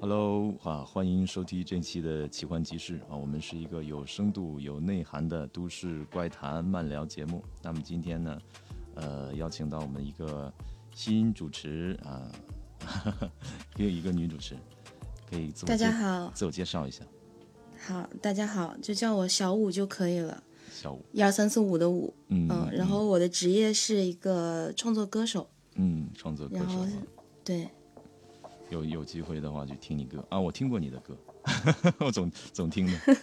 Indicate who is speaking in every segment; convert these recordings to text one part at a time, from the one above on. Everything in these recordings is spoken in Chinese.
Speaker 1: Hello，啊，欢迎收听这期的《奇幻集市》啊，我们是一个有深度、有内涵的都市怪谈漫聊节目。那么今天呢，呃，邀请到我们一个新主持啊， 也有一个女主持，可以自我
Speaker 2: 大家
Speaker 1: 介
Speaker 2: 好，
Speaker 1: 自我介绍一下，
Speaker 2: 好，大家好，就叫我小五就可以了，
Speaker 1: 小五，
Speaker 2: 一二三四五的五，
Speaker 1: 嗯，
Speaker 2: 嗯，然后我的职业是一个创作歌手，
Speaker 1: 嗯，创作歌
Speaker 2: 然
Speaker 1: 手
Speaker 2: 后
Speaker 1: 啊，
Speaker 2: 对，
Speaker 1: 有有机会的话去听你歌啊，我听过你的歌，我总总听的。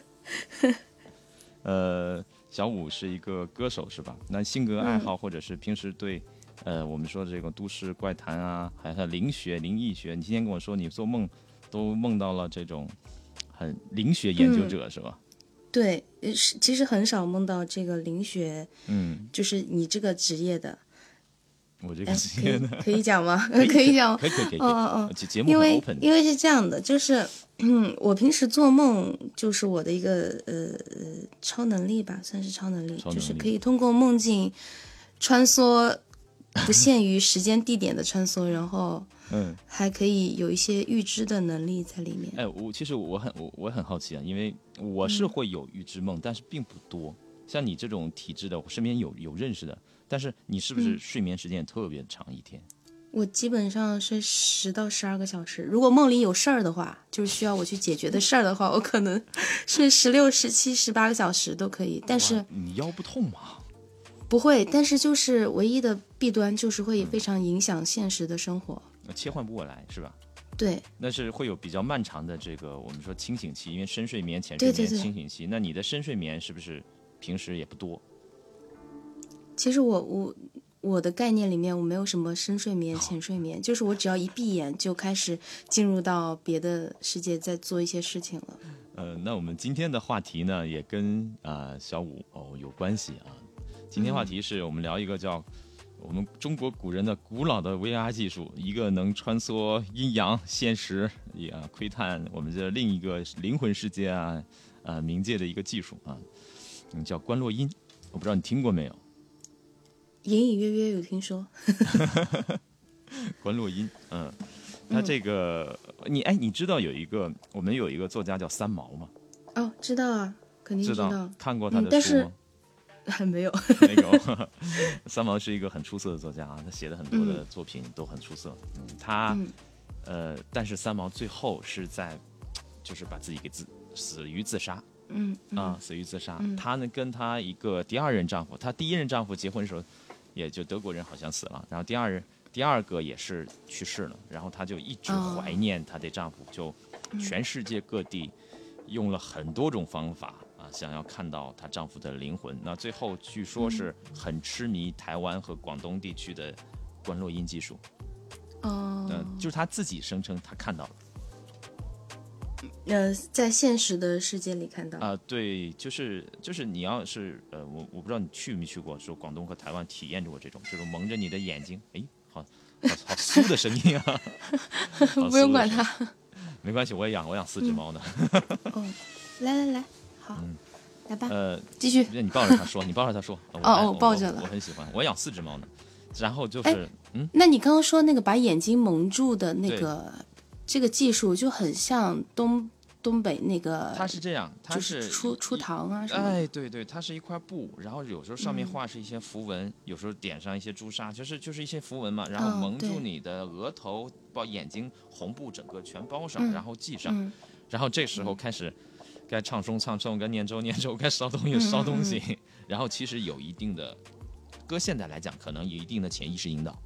Speaker 1: 呃，小五是一个歌手是吧？那性格爱
Speaker 2: 嗯
Speaker 1: 好或者是平时对，呃，我们说的这个都市怪谈啊，还有灵学、灵异学，你今天跟我说你做梦都梦到了这种很灵学研
Speaker 2: 嗯
Speaker 1: 究者、是吧？
Speaker 2: 对，呃是其实很少梦到这个灵学，
Speaker 1: 嗯，
Speaker 2: 就是你这个职业的，
Speaker 1: 我这个
Speaker 2: 哎，
Speaker 1: 今
Speaker 2: 可
Speaker 1: 天
Speaker 2: 以
Speaker 1: 呢，
Speaker 2: 可以讲吗？
Speaker 1: 可以
Speaker 2: 可以讲吗？
Speaker 1: 可以可以可以，
Speaker 2: 哦哦哦
Speaker 1: 节节目
Speaker 2: 因
Speaker 1: 很
Speaker 2: 为
Speaker 1: open 的
Speaker 2: 因为是这样的，就是， 嗯，我平时做梦就是我的一个呃呃超能力吧，算是超能力，
Speaker 1: 超能
Speaker 2: 就是
Speaker 1: 力
Speaker 2: 可以通过梦境穿梭，不限于时间地点的穿梭，然后
Speaker 1: 嗯。
Speaker 2: 还可以有一些预知的能力在里面。
Speaker 1: 哎，我其实我很我我很好奇啊，因为我
Speaker 2: 嗯
Speaker 1: 是会有预知梦，但是并不多。像你这种体质的，我身边有有认识的，但是你是不
Speaker 2: 嗯
Speaker 1: 是睡眠时间也特别长一天？
Speaker 2: 我基本上是十到十二个小时，如果梦里有事儿的话，就是需要我去解决的事儿的话，我可能 是十六、十七、十八个小时都可以，但是。
Speaker 1: 哇你腰不痛吗？
Speaker 2: 不会，但是就是唯一的弊端就是会非常影响现实的生活。
Speaker 1: 切换不过来是吧？
Speaker 2: 对，
Speaker 1: 那是会有比较漫长的这个我们说清醒期，因为深睡眠、浅睡
Speaker 2: 对
Speaker 1: 眠、
Speaker 2: 对对
Speaker 1: 清醒期。那你的深睡眠是不是平时也不多？
Speaker 2: 其实我我我的概念里面我没有什么深睡眠、浅睡眠，就是我只要一闭眼就开始进入到别的世界，在做一些事情了。
Speaker 1: 呃，那我们今天的话题呢，也跟啊、呃小五哦有关系啊。今天话
Speaker 2: 嗯
Speaker 1: 题是我们聊一个叫我们中国古人的古老的 VR 技术，一个能穿梭阴阳现实，也、啊窥探我们这另一个灵魂世界啊，啊冥界的一个技术啊，嗯，叫观落阴。我不知道你听过没有？
Speaker 2: 隐隐约约有听说，
Speaker 1: 观落阴，嗯，它这个你哎，你知道有一个我们有一个作家叫三毛吗？
Speaker 2: 哦，知道啊，肯定
Speaker 1: 知
Speaker 2: 知啊道，
Speaker 1: 看过他
Speaker 2: 嗯
Speaker 1: 的
Speaker 2: 但
Speaker 1: 书
Speaker 2: 是
Speaker 1: 吗？
Speaker 2: 还 没有。
Speaker 1: 那个 三毛是一个很出色的作家啊，他写的很多的作品都很出色。嗯，他、
Speaker 2: 嗯
Speaker 1: 呃，但是三毛最后是在，就是把自己给自死于自杀啊、
Speaker 2: 嗯嗯
Speaker 1: 死于自杀。她呢跟她一个第二任丈夫，她第一任丈夫结婚的时候，也就德国人好像死了，然后第二任第二个也是去世了，然后她就一直
Speaker 2: 哦嗯
Speaker 1: 怀念她的丈夫，就全世界各地用了很多种方法啊，想要看到她丈夫的灵魂。那最后据
Speaker 2: 嗯
Speaker 1: 说是很痴迷台湾和广东地区的观落阴技术，嗯、
Speaker 2: 哦，
Speaker 1: 就是她自己声称她看到了
Speaker 2: 呃，在现实的世界里看到，
Speaker 1: 啊、对，就是就是你要是呃，我我不知道你去没去过，说广东和台湾体验过这种，就是蒙着你的眼睛，哎，好好好酥的声音啊， 好
Speaker 2: 不
Speaker 1: 酥
Speaker 2: 用
Speaker 1: 的
Speaker 2: 管
Speaker 1: 声音，
Speaker 2: 它。嗯
Speaker 1: 没关系，我也养我养四只猫呢，
Speaker 2: 哦，来来来，好，来吧，
Speaker 1: 呃，
Speaker 2: 继续。
Speaker 1: 那你抱着它说，你抱着它说。我
Speaker 2: 哦
Speaker 1: 爱
Speaker 2: 哦抱着了
Speaker 1: 我。我很喜欢，我养四只猫呢。然后就
Speaker 2: 哎
Speaker 1: 是，嗯，
Speaker 2: 那你刚刚说那个把眼睛蒙住的那个这个技术，就很像东东北那个，
Speaker 1: 它是这样，它
Speaker 2: 就是出
Speaker 1: 一
Speaker 2: 出。糖啊什么的。嗯
Speaker 1: 哎，对对，它是一块布，然后有时候上面画是一些符文，有时候点上一些朱砂，就是就是一些符文嘛，然后
Speaker 2: 嗯
Speaker 1: 蒙住
Speaker 2: 对
Speaker 1: 你的额头，把眼睛红布整个全包上，
Speaker 2: 嗯
Speaker 1: 然后系上，
Speaker 2: 嗯，
Speaker 1: 然后这时候开始该唱诵唱诵，该念咒念咒，该烧东 西烧东西，然后其实有一定的，搁现在来讲，可能有一定的潜意识引导，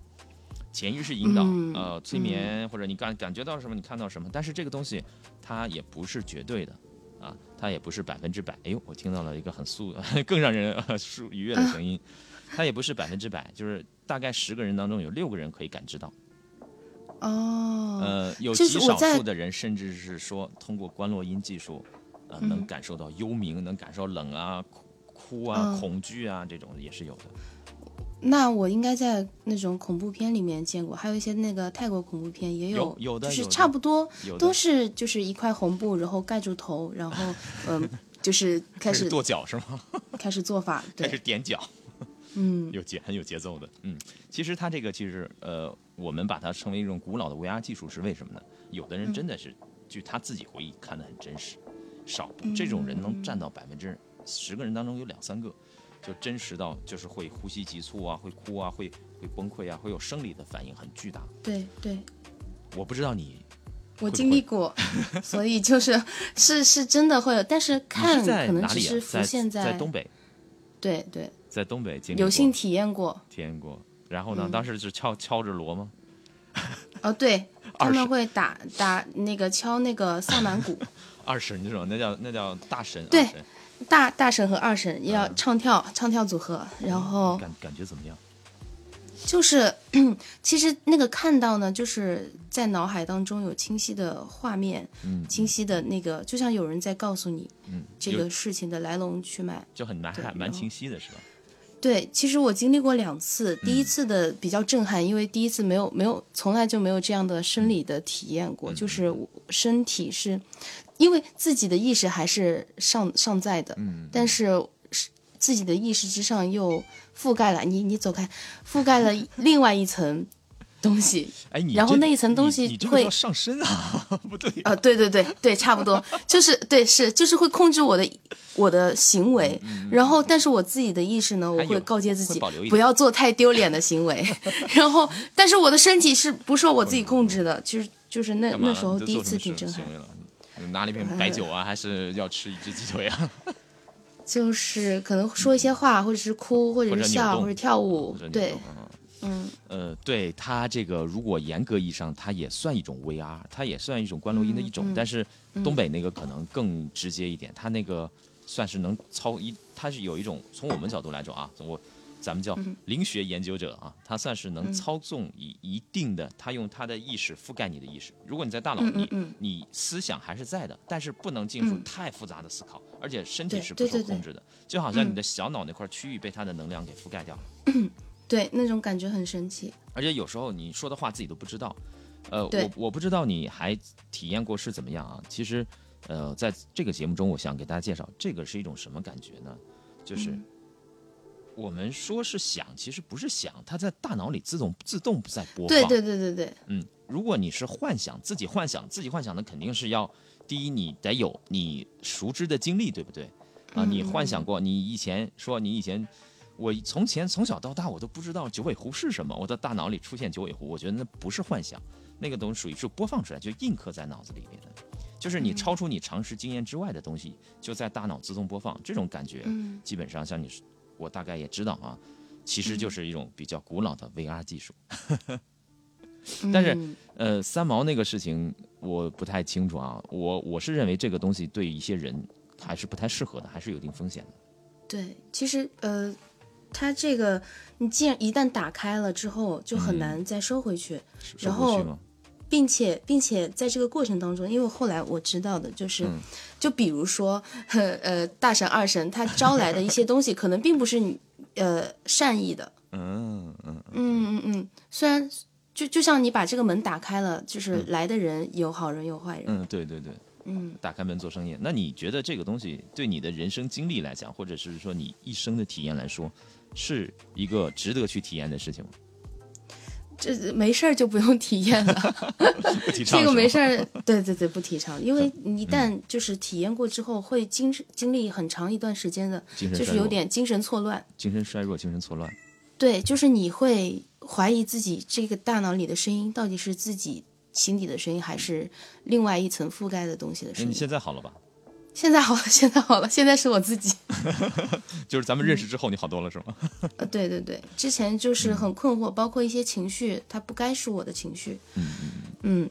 Speaker 1: 潜意识引导，
Speaker 2: 嗯
Speaker 1: 呃，催眠、或者你感感觉到什么，你看到什么，但是这个东西它也不是绝对的。啊，它也不是百分之百。哎呦，我听到了一个很素、 更让人呃舒 愉悦的声音。它也不是百分之百，就是大概十个人当中有六个人可以感知到。
Speaker 2: 哦，
Speaker 1: 呃，有
Speaker 2: 就
Speaker 1: 极
Speaker 2: 是我
Speaker 1: 少
Speaker 2: 在
Speaker 1: 数的人甚至是说通过观落阴技术，呃，
Speaker 2: 嗯
Speaker 1: 能感受到幽冥，能感受冷啊、哭哭啊、
Speaker 2: 嗯
Speaker 1: 恐惧啊这种也是有的。
Speaker 2: 那我应该在那种恐怖片里面见过，还有一些那个泰国恐怖片也
Speaker 1: 有有的
Speaker 2: 就
Speaker 1: 有
Speaker 2: 是
Speaker 1: 的
Speaker 2: 差不多
Speaker 1: 有的
Speaker 2: 都是就是一块红布，然后盖住头，然后嗯、就是开始
Speaker 1: 跺脚是吗？
Speaker 2: 开始做法，
Speaker 1: 开始
Speaker 2: 对，
Speaker 1: 点脚，
Speaker 2: 嗯
Speaker 1: 有节很有节奏的。嗯，其实
Speaker 2: 嗯
Speaker 1: 它这个其实呃，我们把它称为一种古老的 VR 技术是为什么呢？有的人真的是据他自己回忆看得很真实，少
Speaker 2: 嗯
Speaker 1: 这种人能占到百分之十个人当中有两三个，就真实到就是会呼吸急促啊，会哭啊，会会崩溃啊，会有生理的反应很巨大。
Speaker 2: 对对，
Speaker 1: 我不知道你
Speaker 2: 我经历过， 所以就是是是真的会有，但是
Speaker 1: 你
Speaker 2: 看
Speaker 1: 是在
Speaker 2: 嗯可能
Speaker 1: 哪
Speaker 2: 只
Speaker 1: 里啊
Speaker 2: 是？浮
Speaker 1: 在
Speaker 2: 现
Speaker 1: 在东北，
Speaker 2: 对对，
Speaker 1: 在东北经历
Speaker 2: 有
Speaker 1: 过
Speaker 2: 幸体验过。
Speaker 1: 体验过。然后呢，
Speaker 2: 嗯
Speaker 1: 当时是敲敲着锣吗？
Speaker 2: 哦，对，他
Speaker 1: 20
Speaker 2: 们会打打那个敲那个萨满鼓，
Speaker 1: 二神这种，那叫那叫大神。
Speaker 2: 对
Speaker 1: 二神
Speaker 2: 大大神和二神要
Speaker 1: 嗯
Speaker 2: 唱跳、唱跳组合，然后
Speaker 1: 感感觉怎么样？
Speaker 2: 就是， 其实那个看到呢，就是在脑海当中有清晰的画面，
Speaker 1: 嗯，
Speaker 2: 清晰的那个，就像有人在告诉你
Speaker 1: 嗯，
Speaker 2: 这
Speaker 1: 有
Speaker 2: 个事情的来龙去脉。
Speaker 1: 就很难，
Speaker 2: 对
Speaker 1: 还蛮
Speaker 2: 然后
Speaker 1: 清晰的是吧？
Speaker 2: 对，其实我经历过两次，第
Speaker 1: 嗯
Speaker 2: 一次的比较震撼，因为第一次没有没有从来就没有这样的生理的体验
Speaker 1: 嗯
Speaker 2: 过，就是我身体是，因为自己的意识还是尚尚在的，
Speaker 1: 嗯，
Speaker 2: 但是是自己的意识之上又覆盖了你你走开，覆盖了另外一层东西，
Speaker 1: 哎，你
Speaker 2: 然后
Speaker 1: 这
Speaker 2: 那一层
Speaker 1: 你
Speaker 2: 东西
Speaker 1: 你这个
Speaker 2: 会
Speaker 1: 叫上身啊，不对，
Speaker 2: 啊，对对对对，差不多，就是对是就是会控制我的我的行为，然后但是我自己的意识呢，我
Speaker 1: 嗯还有
Speaker 2: 会告诫自
Speaker 1: 会
Speaker 2: 己
Speaker 1: 保留一
Speaker 2: 不
Speaker 1: 点
Speaker 2: 要做太丢脸的行 为，然后但是我的身体是不受我自己控制的，就是就是那
Speaker 1: 干嘛
Speaker 2: 那
Speaker 1: 了
Speaker 2: 时候
Speaker 1: 你这
Speaker 2: 第一
Speaker 1: 做什
Speaker 2: 次
Speaker 1: 么
Speaker 2: 挺
Speaker 1: 事
Speaker 2: 震撼哎
Speaker 1: 行，为了。你拿了一瓶白酒啊，还是要吃一只鸡腿啊？
Speaker 2: 就是可能说一些话，或者是哭，或者
Speaker 1: 或
Speaker 2: 是
Speaker 1: 者扭
Speaker 2: 笑，
Speaker 1: 动
Speaker 2: 或者跳
Speaker 1: 或
Speaker 2: 舞
Speaker 1: 者，你
Speaker 2: 对嗯
Speaker 1: 懂，啊呃，对它这个，如果严格意义上，它也算一种 VR，它也算一种观落阴的一
Speaker 2: 嗯
Speaker 1: 种，但是东北那个可能更直接一点，它那个算是能操一，它是有一种从我们角度来说啊，我咱们叫
Speaker 2: 嗯
Speaker 1: 灵学研究者啊，他算是能操纵一一定的，他用他的意识覆盖你的意识。如果你在大脑，
Speaker 2: 嗯嗯
Speaker 1: 你
Speaker 2: 嗯
Speaker 1: 你思想还是在的，但是不能进入太复杂的思考，而且身体
Speaker 2: 对
Speaker 1: 是不
Speaker 2: 对
Speaker 1: 受
Speaker 2: 对对嗯
Speaker 1: 控制的，就好像你的小脑那块区域被它的能量给覆盖掉了。
Speaker 2: 对，那种感觉很神奇。
Speaker 1: 而且有时候你说的话自己都不知道。呃，
Speaker 2: 对
Speaker 1: 我我不知道你还体验过是怎么样啊？其实，呃，在这个节目中，我想给大家介绍这个是一种什么感觉呢？就是、
Speaker 2: 嗯
Speaker 1: 我们说是想，其实不是想，它在大脑里自动自动在播放。
Speaker 2: 对对对对对，
Speaker 1: 嗯，如果你是幻想，自己幻想，自己幻想的肯定是要，第一你得有你熟知的经历，对不对？啊，你幻想过，你以前说你以前，我从前从小到大我都不知道九尾狐是什么，我的大脑里出现九尾狐，我觉得那不是幻想，那个东西属于是播放出来，就印刻在脑子里面的，就是你超出你常识经验之外的东西，就在大脑自动播放，这种感觉，基本上像你，我大概也知道啊，其实就是一种比较古老的 VR 技术。但是
Speaker 2: 嗯
Speaker 1: 呃，三毛那个事情我不太清楚啊，我我是认为这个东西对一些人还是不太适合的，还是有一定风险的。
Speaker 2: 对，其实呃，它这个你既然一旦打开了之后，就
Speaker 1: 嗯
Speaker 2: 很难再收回去，
Speaker 1: 是
Speaker 2: 然
Speaker 1: 说过去
Speaker 2: 后
Speaker 1: 吗？
Speaker 2: 并且并且在这个过程当中，因为后来我知道的就是，
Speaker 1: 嗯
Speaker 2: 就比如说呵呃大神二神他招来的一些东西，可能并不是你呃善意的，
Speaker 1: 嗯嗯，
Speaker 2: 嗯嗯嗯，虽然。就就像你把这个门打开了，就是来的人有好人有坏人，
Speaker 1: 嗯，对对对，嗯，打开门做生意。那你觉得这个东西对你的人生经历来讲，或者是说你一生的体验来说，是一个值得去体验的事情吗？
Speaker 2: 这没事儿就不用体验了。
Speaker 1: 不提倡
Speaker 2: 这个
Speaker 1: 是
Speaker 2: 没
Speaker 1: 吗
Speaker 2: 事 儿，对对对，不提倡，因为你一旦就是嗯体验过之后，会经经历很长一段时间的，
Speaker 1: 精神
Speaker 2: 就
Speaker 1: 衰
Speaker 2: 是
Speaker 1: 弱
Speaker 2: 有点精神错乱。
Speaker 1: 精神衰弱、精神错乱。
Speaker 2: 对，就是你会怀疑自己这个大脑里的声音到底是自己心底的声音，还是另外一层覆盖的东西的
Speaker 1: 哎，
Speaker 2: 声
Speaker 1: 你
Speaker 2: 音。
Speaker 1: 现在好了吧？
Speaker 2: 现在好了， 现在好了，现在是我自己。
Speaker 1: 就是咱们认识之后，你好多了是吗？
Speaker 2: 呃， 对嗯对对，之前就是很困惑，包括一些情绪，它不该是我的情绪。嗯嗯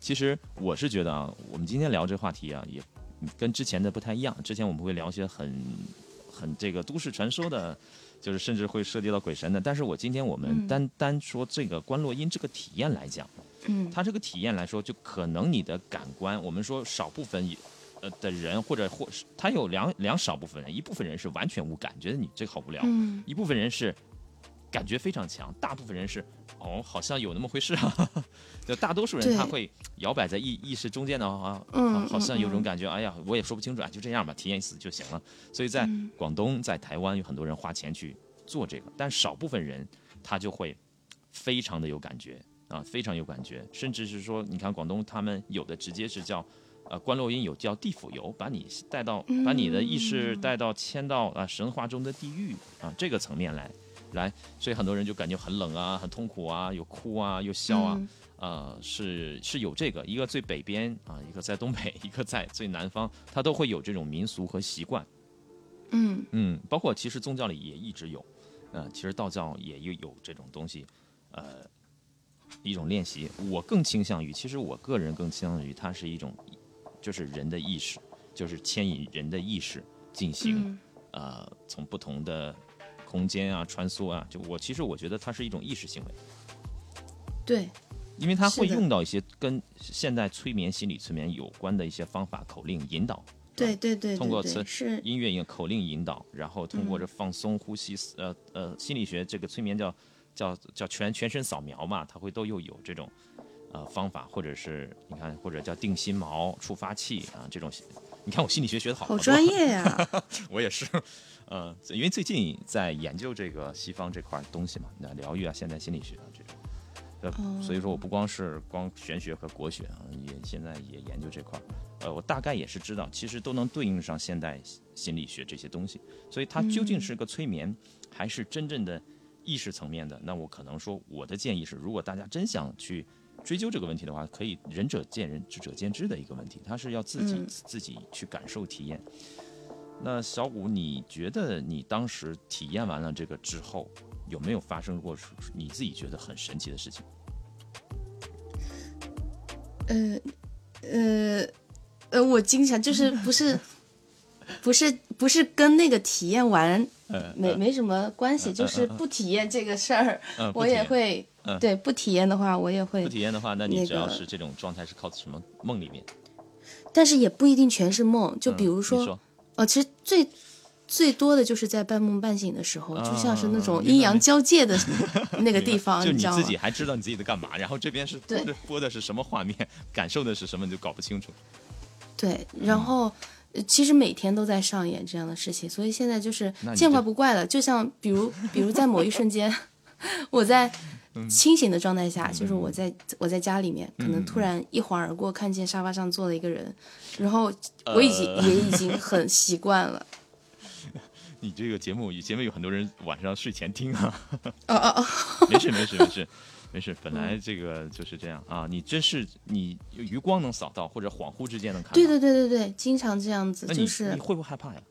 Speaker 1: 其实我是觉得啊，我们今天聊这话题啊，也跟之前的不太一样。之前我们会聊一些很很这个都市传说的，就是甚至会涉及到鬼神的。但是我今天我们单单说这个观落阴这个体验来讲，啊
Speaker 2: 嗯
Speaker 1: 它这个体验来说，就可能你的感官，我们说少部分也呃的人或者或是他有两两少部分人，一部分人是完全无感，觉得你这个好无聊；
Speaker 2: 嗯
Speaker 1: 一部分人是感觉非常强，大部分人是哦，好像有那么回事啊。 就大多数人
Speaker 2: 对
Speaker 1: 他会摇摆在意意识中间的啊，
Speaker 2: 嗯
Speaker 1: 好好像有种
Speaker 2: 嗯嗯
Speaker 1: 感觉，哎呀，我也说不清楚啊，就这样吧，体验一次就行了。所以在
Speaker 2: 嗯
Speaker 1: 广东、在台湾有很多人花钱去做这个，但少部分人他就会非常的有感觉，啊，非常有感觉，甚至是说，你看广东他们有的直接是叫，呃，观落阴有叫地府游，把你带到把你的意
Speaker 2: 嗯
Speaker 1: 识带到迁到啊神话中的地狱啊这个层面来，来，所以很多人就感觉很冷啊，很痛苦啊，有哭啊，有笑啊，
Speaker 2: 嗯
Speaker 1: 呃，是是有这个，一个最北边啊，一个在东北，一个在最南方，它都会有这种民俗和习惯。
Speaker 2: 嗯
Speaker 1: 嗯，包括其实宗教里也一直有，呃，其实道教也有有这种东西，呃，一种练习。我更倾向于，其实我个人更倾向于它是一种，就是人的意识，就是牵引人的意识进行、
Speaker 2: 嗯
Speaker 1: 呃，从不同的空间啊穿梭啊，就我其实我觉得它是一种意识行为，
Speaker 2: 对，
Speaker 1: 因为它会
Speaker 2: 是的
Speaker 1: 用到一些跟现代催眠、心理催眠有关的一些方法、口令引导。
Speaker 2: 对对对
Speaker 1: 通过
Speaker 2: 对
Speaker 1: 词
Speaker 2: 对，是
Speaker 1: 音乐引口令引导，然后通
Speaker 2: 嗯
Speaker 1: 过这放松、呼吸，呃呃，心理学这个催眠叫叫叫全全身扫描嘛，它会都又有这种呃方法，或者是你看，或者叫定心锚、触发器啊这种。你看我心理学学的好，
Speaker 2: 好专，业呀、
Speaker 1: 我也是，呃，因为最近在研究这个西方这块东西嘛，那疗愈啊、现代心理学啊这种，呃，所以说我不光是光玄学和国学啊，也现在也研究这块儿，呃，我大概也是知道，其实都能对应上现代心理学这些东西，所以它究竟是个催眠，还是真正的意识层面的？那我可能说，我的建议是，如果大家真想去。追究这个问题的话，可以仁者见仁，智者见智的一个问题，它是要自己、
Speaker 2: 嗯
Speaker 1: 自己去感受体验。那小五，你觉得你当时体验完了这个之后，有没有发生过你自己觉得很神奇的事情？
Speaker 2: 呃，呃，呃，我经常就是不是，不是不是跟那个体验完
Speaker 1: 呃
Speaker 2: 没没什么关
Speaker 1: 嗯
Speaker 2: 系，就是不体验这个事儿，
Speaker 1: 呃不
Speaker 2: 我
Speaker 1: 体
Speaker 2: 也
Speaker 1: 验
Speaker 2: 会
Speaker 1: 嗯
Speaker 2: 对不体验的话，我也
Speaker 1: 不
Speaker 2: 会，
Speaker 1: 体验的话，那你
Speaker 2: 那
Speaker 1: 只要
Speaker 2: 个
Speaker 1: 是这种状态是靠什么梦里面？
Speaker 2: 但是也不一定全是梦，就
Speaker 1: 嗯
Speaker 2: 比如
Speaker 1: 你
Speaker 2: 说，呃，其实最。最多的就是在半梦半醒的时候，就像是那
Speaker 1: 啊
Speaker 2: 种
Speaker 1: 明白
Speaker 2: 阴阳交界的 那
Speaker 1: 明
Speaker 2: 个
Speaker 1: 白
Speaker 2: 地方，
Speaker 1: 就
Speaker 2: 你
Speaker 1: 你
Speaker 2: 知道
Speaker 1: 自
Speaker 2: 吗？
Speaker 1: 己还知道你自己在干嘛，然后这边是播
Speaker 2: 对
Speaker 1: 的 播的是什么画面，感受的是什么，你就搞不清楚。
Speaker 2: 对，然后、呃其实每天都在上演这样的事情，所以现在就是
Speaker 1: 那你
Speaker 2: 见
Speaker 1: 这
Speaker 2: 怪不怪了。就像比如，比如在某一瞬间， 我在清醒的状态下，就是我在我在家里面，可能突然一晃而过，看见沙发上坐了一个人，然后我已经、也已经很习惯了。
Speaker 1: 你这个节目，节目有很多人晚上睡前听啊。
Speaker 2: 哦哦哦，
Speaker 1: 没事没事没事没事，本
Speaker 2: 嗯
Speaker 1: 来这个就是这样啊。你真是你余光能扫到，或者恍惚之间能看到。
Speaker 2: 对对对对对，经常这样子，
Speaker 1: 那你
Speaker 2: 就是
Speaker 1: 你会不会害怕呀？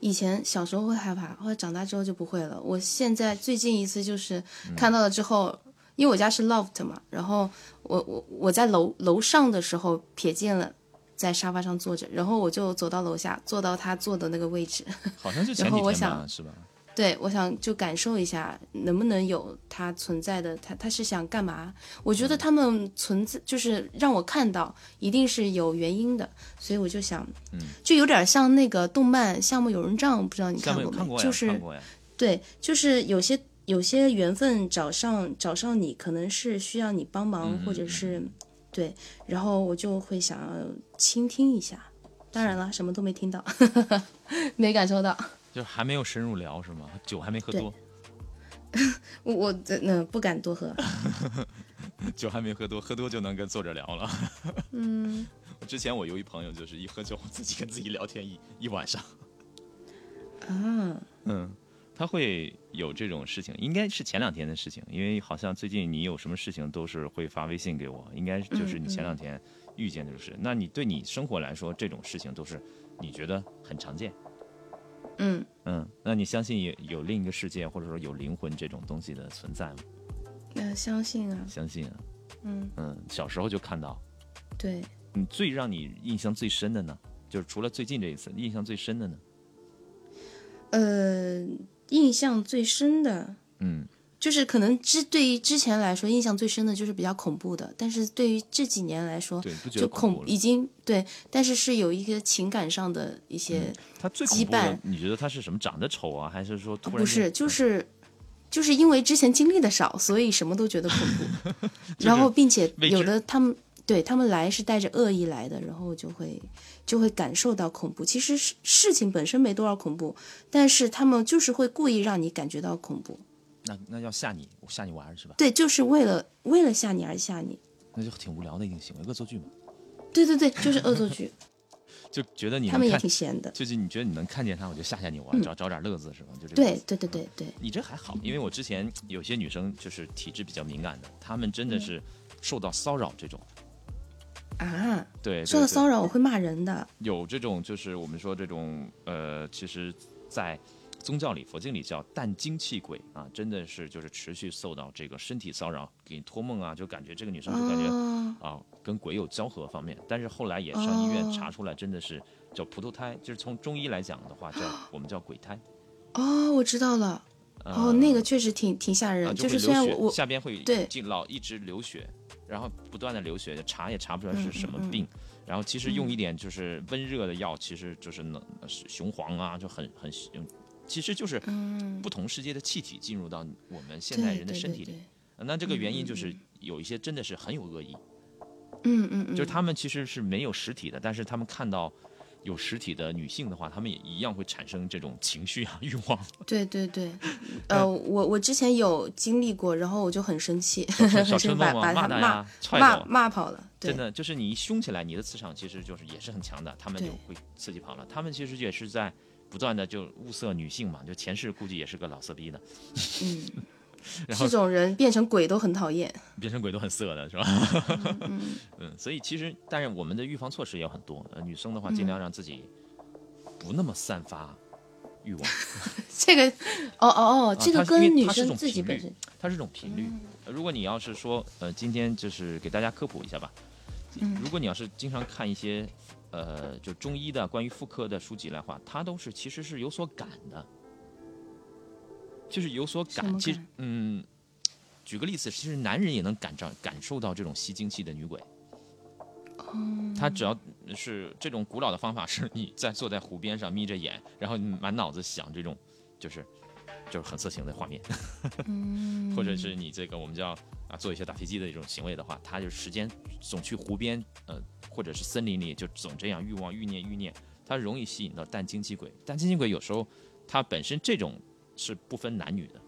Speaker 2: 以前小时候会害怕，后来长大之后就不会了。我现在最近一次就是
Speaker 1: 嗯
Speaker 2: 看到了之后，因为我家是 loft 嘛，然后我我我在楼楼上的时候瞥见了。在沙发上坐着，然后我就走到楼下，坐到他坐的那个位置。
Speaker 1: 好像就前
Speaker 2: 然
Speaker 1: 几
Speaker 2: 后我
Speaker 1: 天吧，
Speaker 2: 想
Speaker 1: 是吧？
Speaker 2: 对，我想就感受一下，能不能有他存在的，他他是想干嘛？我觉
Speaker 1: 嗯
Speaker 2: 得他们存在就是让我看到，一定是有原因的，所以我就想，
Speaker 1: 嗯
Speaker 2: 就有点像那个动漫《夏目友人帐》，不知道你
Speaker 1: 下
Speaker 2: 看
Speaker 1: 面
Speaker 2: 过
Speaker 1: 有
Speaker 2: 没？
Speaker 1: 看过呀，
Speaker 2: 就是
Speaker 1: 看过呀。
Speaker 2: 对，就是有些有些缘分找上找上你，可能是需要你帮忙，
Speaker 1: 嗯
Speaker 2: 或者是对，然后我就会想要倾听一下。当然了，什么都没听到， 没感受到。
Speaker 1: 就是还没有深入聊是吗？酒还没喝
Speaker 2: 对
Speaker 1: 多，
Speaker 2: 我我呃那、不敢多喝。
Speaker 1: 酒还没喝多，喝多就能跟作者聊了。
Speaker 2: 嗯，
Speaker 1: 之前 我有一朋友，就是一喝酒，自己跟自己聊天一一晚上。
Speaker 2: 啊，
Speaker 1: 嗯，他会有这种事情，应该是前两天的事情，因为好像最近你有什么事情都是会发微信给我，应该就是你前
Speaker 2: 嗯
Speaker 1: 两天遇见的就是。那你对你生活来说，这种事情都是你觉得很常见，
Speaker 2: 嗯，
Speaker 1: 嗯，那你相信有有另一个世界，或者说有灵魂这种东西的存在吗？
Speaker 2: 那、相信啊，
Speaker 1: 相信啊，
Speaker 2: 嗯，
Speaker 1: 嗯，小时候就看到。
Speaker 2: 对，
Speaker 1: 你最让你印象最深的呢？就是除了最近这一次，印象最深的呢？
Speaker 2: 呃，印象最深的，
Speaker 1: 嗯，
Speaker 2: 就是可能之对于之前来说，印象最深的就是比较恐怖的，但是对于这几年来说，
Speaker 1: 对，不觉
Speaker 2: 就
Speaker 1: 得恐怖
Speaker 2: 恐
Speaker 1: 了
Speaker 2: 已经对，但是是有一个情感上的一些，
Speaker 1: 他最恐
Speaker 2: 羁
Speaker 1: 怖的
Speaker 2: 绊，
Speaker 1: 你觉得他是什么？长得丑啊，还是说突然
Speaker 2: 不
Speaker 1: 间
Speaker 2: 是就是就是因为之前经历的少，所以什么都觉得恐 怖，然后并且
Speaker 1: 未
Speaker 2: 有
Speaker 1: 知
Speaker 2: 的他们对他们来是带着恶意来的，然后就会就会感受到恐怖。其实事事情本身没多少恐怖，但是他们就是会故意让你感觉到恐怖。
Speaker 1: 那那要吓你，我吓你玩儿是吧？
Speaker 2: 对，就是为了为了吓你而吓你。
Speaker 1: 那就挺无聊的一个行为，恶作剧嘛，
Speaker 2: 对对对，就是恶作剧，
Speaker 1: 就觉 得你
Speaker 2: 他
Speaker 1: 能
Speaker 2: 们也
Speaker 1: 看，
Speaker 2: 挺闲的。
Speaker 1: 就是你觉得你能看见他，我就吓吓你玩儿，找找点乐子是吧？就这个意
Speaker 2: 对
Speaker 1: 思。
Speaker 2: 对对对对，
Speaker 1: 你这还好，因为我之前有些女生就是体质比较敏感的，她们
Speaker 2: 嗯
Speaker 1: 真的是受到骚扰这种，
Speaker 2: 啊，
Speaker 1: 对，对
Speaker 2: 受到
Speaker 1: 对
Speaker 2: 骚扰我会骂人的。
Speaker 1: 有这种就是我们说这种呃，其实，在宗教里、佛经里叫但精气鬼啊，真的是就是持续受到这个身体骚扰，给你托梦啊，就感觉这个女生就感觉
Speaker 2: 哦，
Speaker 1: 啊跟鬼有交合方面，但是后来也上医院
Speaker 2: 哦
Speaker 1: 查出来，真的是叫葡萄胎，就是从中医来讲的话叫我们叫鬼胎。
Speaker 2: 哦，我知道了。
Speaker 1: 呃、
Speaker 2: 哦，那个确实挺挺吓人
Speaker 1: 啊，
Speaker 2: 的，
Speaker 1: 就会
Speaker 2: 嗯是
Speaker 1: 流
Speaker 2: 虽然
Speaker 1: 血，
Speaker 2: 我我
Speaker 1: 下边会
Speaker 2: 对
Speaker 1: 进老一直流血，然后不断的流血，查也查不出来
Speaker 2: 嗯
Speaker 1: 是什么
Speaker 2: 嗯嗯嗯
Speaker 1: 病。然后其实用一点就是温热的药，其实就是能呃雄黄啊，就很很，其实就是
Speaker 2: 嗯，
Speaker 1: 不同世界的气体进入到我们现代
Speaker 2: 对
Speaker 1: 人的
Speaker 2: 对
Speaker 1: 身
Speaker 2: 对
Speaker 1: 体里。
Speaker 2: 对，
Speaker 1: 呃那这个原因就是有一些真的是很有恶意，
Speaker 2: 嗯嗯嗯，
Speaker 1: 就是他们其实是没有实体的，但是他们看到。有实体的女性的话，他们也一样会产生这种情绪啊、欲望。
Speaker 2: 对对 对，呃，我我之前有经历过，然后我就很生气，
Speaker 1: 小
Speaker 2: 很生
Speaker 1: 春
Speaker 2: 气，把
Speaker 1: 梦啊，骂
Speaker 2: 把他
Speaker 1: 他
Speaker 2: 骂
Speaker 1: 呀，踹
Speaker 2: 骂
Speaker 1: 走，
Speaker 2: 骂跑了。对
Speaker 1: 真，的就是你一凶起来，你的磁场其实就是也是很强的，他们就
Speaker 2: 对
Speaker 1: 会刺激跑了。他们其实也是在不断的就物色女性嘛，就前世估计也是个老色逼的，
Speaker 2: 嗯，
Speaker 1: 然后
Speaker 2: 这种人变成鬼都很讨厌。
Speaker 1: 变成鬼都很色的是吧？ 嗯，所以其实但是我们的预防措施也有很多，呃，女生的话
Speaker 2: 嗯
Speaker 1: 尽量让自己不那么散发欲望，
Speaker 2: 这个，哦哦哦，这
Speaker 1: 它
Speaker 2: 个
Speaker 1: 啊是因为
Speaker 2: 跟女
Speaker 1: 它是一
Speaker 2: 生
Speaker 1: 种
Speaker 2: 自己
Speaker 1: 频
Speaker 2: 本
Speaker 1: 率
Speaker 2: 身，
Speaker 1: 它是一种频率。
Speaker 2: 嗯
Speaker 1: 呃如果你要是说，呃，今天就是给大家科普一下吧。
Speaker 2: 嗯
Speaker 1: 如果你要是经常看一些，呃，就中医的关于妇科的书籍来话，它都是其实是有所感的，就是有所
Speaker 2: 什
Speaker 1: 感。
Speaker 2: 么
Speaker 1: 其实
Speaker 2: 感，
Speaker 1: 嗯，举个例子，其实男人也能感着感受到这种吸精气的女鬼。
Speaker 2: 哦
Speaker 1: 他只要是这种古老的方法，是你在坐在湖边上眯着眼，然后你满脑子想这种，就是就是很色情的画面。
Speaker 2: 嗯，
Speaker 1: 或者是你这个我们叫啊做一些打飞机的一种行为的话，他就时间总去湖边，呃，或者是森林里，就总这样欲望欲念欲念，他容易吸引到氮精气鬼。氮精气鬼有时候它本身这种是不分男女的，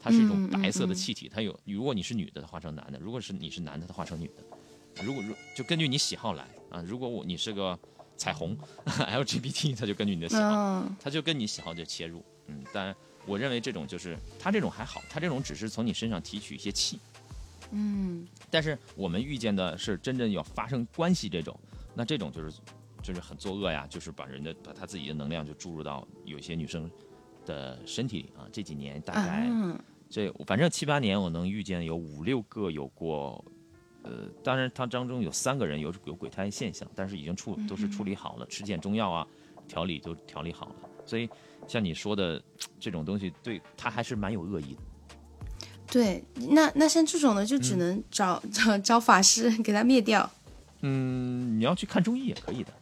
Speaker 1: 它是一种
Speaker 2: 嗯嗯
Speaker 1: 白色的
Speaker 2: 嗯
Speaker 1: 气体，它有如果你是女的，它化成男的；如果是你是男的，它化成女的。如果如就根据你喜好来啊，如果我你是个彩虹 LGBT，它就根据你的喜好。
Speaker 2: 嗯，
Speaker 1: 他就跟你喜好就切入，嗯，但我认为这种就是他这种还好，他这种只是从你身上提取一些气，
Speaker 2: 嗯，
Speaker 1: 但是我们遇见的是真正要发生关系这种，那这种就是就是很作恶呀，就是把人的把他自己的能量就注入到有一些女生的身体里啊。这几年大概、
Speaker 2: 啊，
Speaker 1: 这反正七八年我能遇见有五六个有过。呃，当然，他当中有三个人有有鬼胎现象，但是已经处都是处理好了，吃减中药啊，调理都调理好了。所以像你说的这种东西，对他还是蛮有恶意的。
Speaker 2: 对，那那像这种的就只能找、找找法师给他灭掉。
Speaker 1: 嗯，你要去看中医也可以的，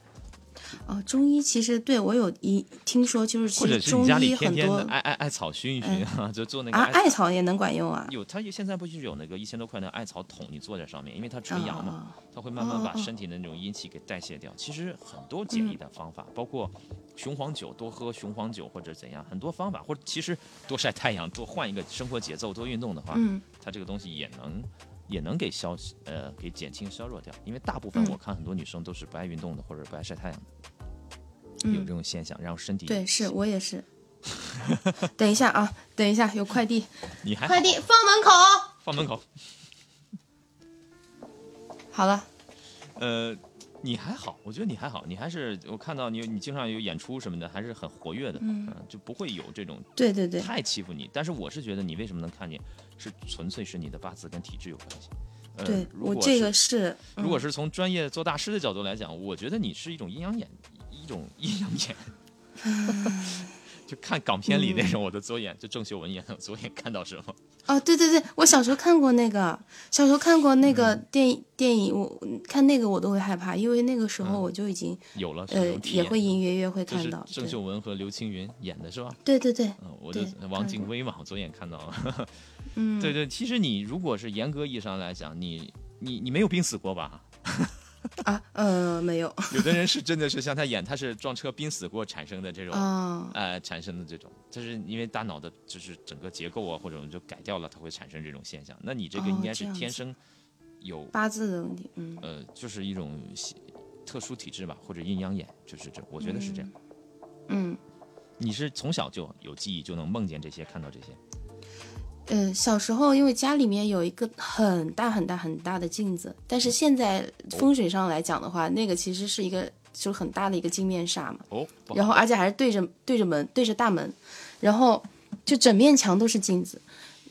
Speaker 2: 哦，中医其实对我有一听说，就是
Speaker 1: 或
Speaker 2: 其
Speaker 1: 者
Speaker 2: 实
Speaker 1: 是你
Speaker 2: 中
Speaker 1: 家里
Speaker 2: 医
Speaker 1: 天
Speaker 2: 很
Speaker 1: 天
Speaker 2: 多
Speaker 1: 艾艾艾草熏一熏啊，就做那个
Speaker 2: 啊，
Speaker 1: 艾
Speaker 2: 艾草也能管用啊。
Speaker 1: 有它现在不是有那个一千多块的艾草桶，你坐在上面，因为它纯阳嘛，
Speaker 2: 啊，
Speaker 1: 它会慢慢
Speaker 2: 哦
Speaker 1: 把
Speaker 2: 哦
Speaker 1: 身体的那种阴气给代谢掉。其实很多
Speaker 2: 嗯
Speaker 1: 简易的方法，包括雄黄酒，多喝雄黄酒或者怎样，很多方法，或者其实多晒太阳，多换一个生活节奏，多运动的话，
Speaker 2: 嗯
Speaker 1: 它这个东西也能也能给消呃给减轻削弱掉。因为大部分
Speaker 2: 嗯
Speaker 1: 我看很多女生都是不爱运动的，或者不爱晒太阳的，有这
Speaker 2: 嗯，
Speaker 1: 种现象，然后身体
Speaker 2: 对，是我 也是。等一下啊，等一下，有快 递，
Speaker 1: 你还好
Speaker 2: 快递放门口。
Speaker 1: 放门口，
Speaker 2: 好了，
Speaker 1: 呃。你还好，我觉得你还好，你还是我看到你，你经常有演出什么的，还是很活跃的，嗯、就不会有这种
Speaker 2: 对对对，
Speaker 1: 太欺负你。但是我是觉得你为什么能看见，是纯粹是你的八字跟体质有关系。呃、
Speaker 2: 对
Speaker 1: 如
Speaker 2: 我
Speaker 1: 果
Speaker 2: 这个
Speaker 1: 是、
Speaker 2: 是，嗯
Speaker 1: 如果是从专业做大师的角度来讲，我觉得你是一种阴阳眼，一种阴阳眼。 就看港片里那
Speaker 2: 嗯
Speaker 1: 种，我的左眼、就郑秀文演的，左眼看到什么，
Speaker 2: 哦，对对对，我小时候看过那个，小时候看过那
Speaker 1: 嗯
Speaker 2: 个电影、电影，我看那个我都会害怕，因为那个时候我就已经、
Speaker 1: 有了这
Speaker 2: 呃
Speaker 1: 种嗯体
Speaker 2: 也
Speaker 1: 验。
Speaker 2: 会隐隐约约会
Speaker 1: 就
Speaker 2: 看
Speaker 1: 是
Speaker 2: 到，
Speaker 1: 郑秀文和刘青云演的是吧？
Speaker 2: 对对对对，
Speaker 1: 嗯，我就
Speaker 2: 对
Speaker 1: 王
Speaker 2: 看
Speaker 1: 静
Speaker 2: 过
Speaker 1: 薇嘛，我左眼看到了。
Speaker 2: 嗯，
Speaker 1: 对对，其实你如果是严格意义上来讲，你你你没有病死过吧？
Speaker 2: 啊，呃，没有
Speaker 1: 有的人是真的是像他演，他是撞车濒死过产生的这种，
Speaker 2: 啊，
Speaker 1: 呃，产生的这种，就是因为大脑的就是整个结构啊，或者我们就改掉了，它会产生这种现象。那你这个
Speaker 2: 哦
Speaker 1: 应该
Speaker 2: 这
Speaker 1: 是
Speaker 2: 样
Speaker 1: 天
Speaker 2: 子
Speaker 1: 生有，
Speaker 2: 八字的问题，嗯，
Speaker 1: 呃，就是一种系特殊体质吧，或者阴阳眼，就是这，我觉得是这样。
Speaker 2: 嗯
Speaker 1: 你是从小就有记忆，就能梦见这些，看到这些。
Speaker 2: 嗯，小时候因为家里面有一个很大很大很大的镜子，但是现在风水上来讲的话，那个其实是一个就是很大的一个镜面煞嘛，
Speaker 1: 哦，不
Speaker 2: 然
Speaker 1: 好，
Speaker 2: 后而且还是对着对着门对着大门，然后就整面墙都是镜子，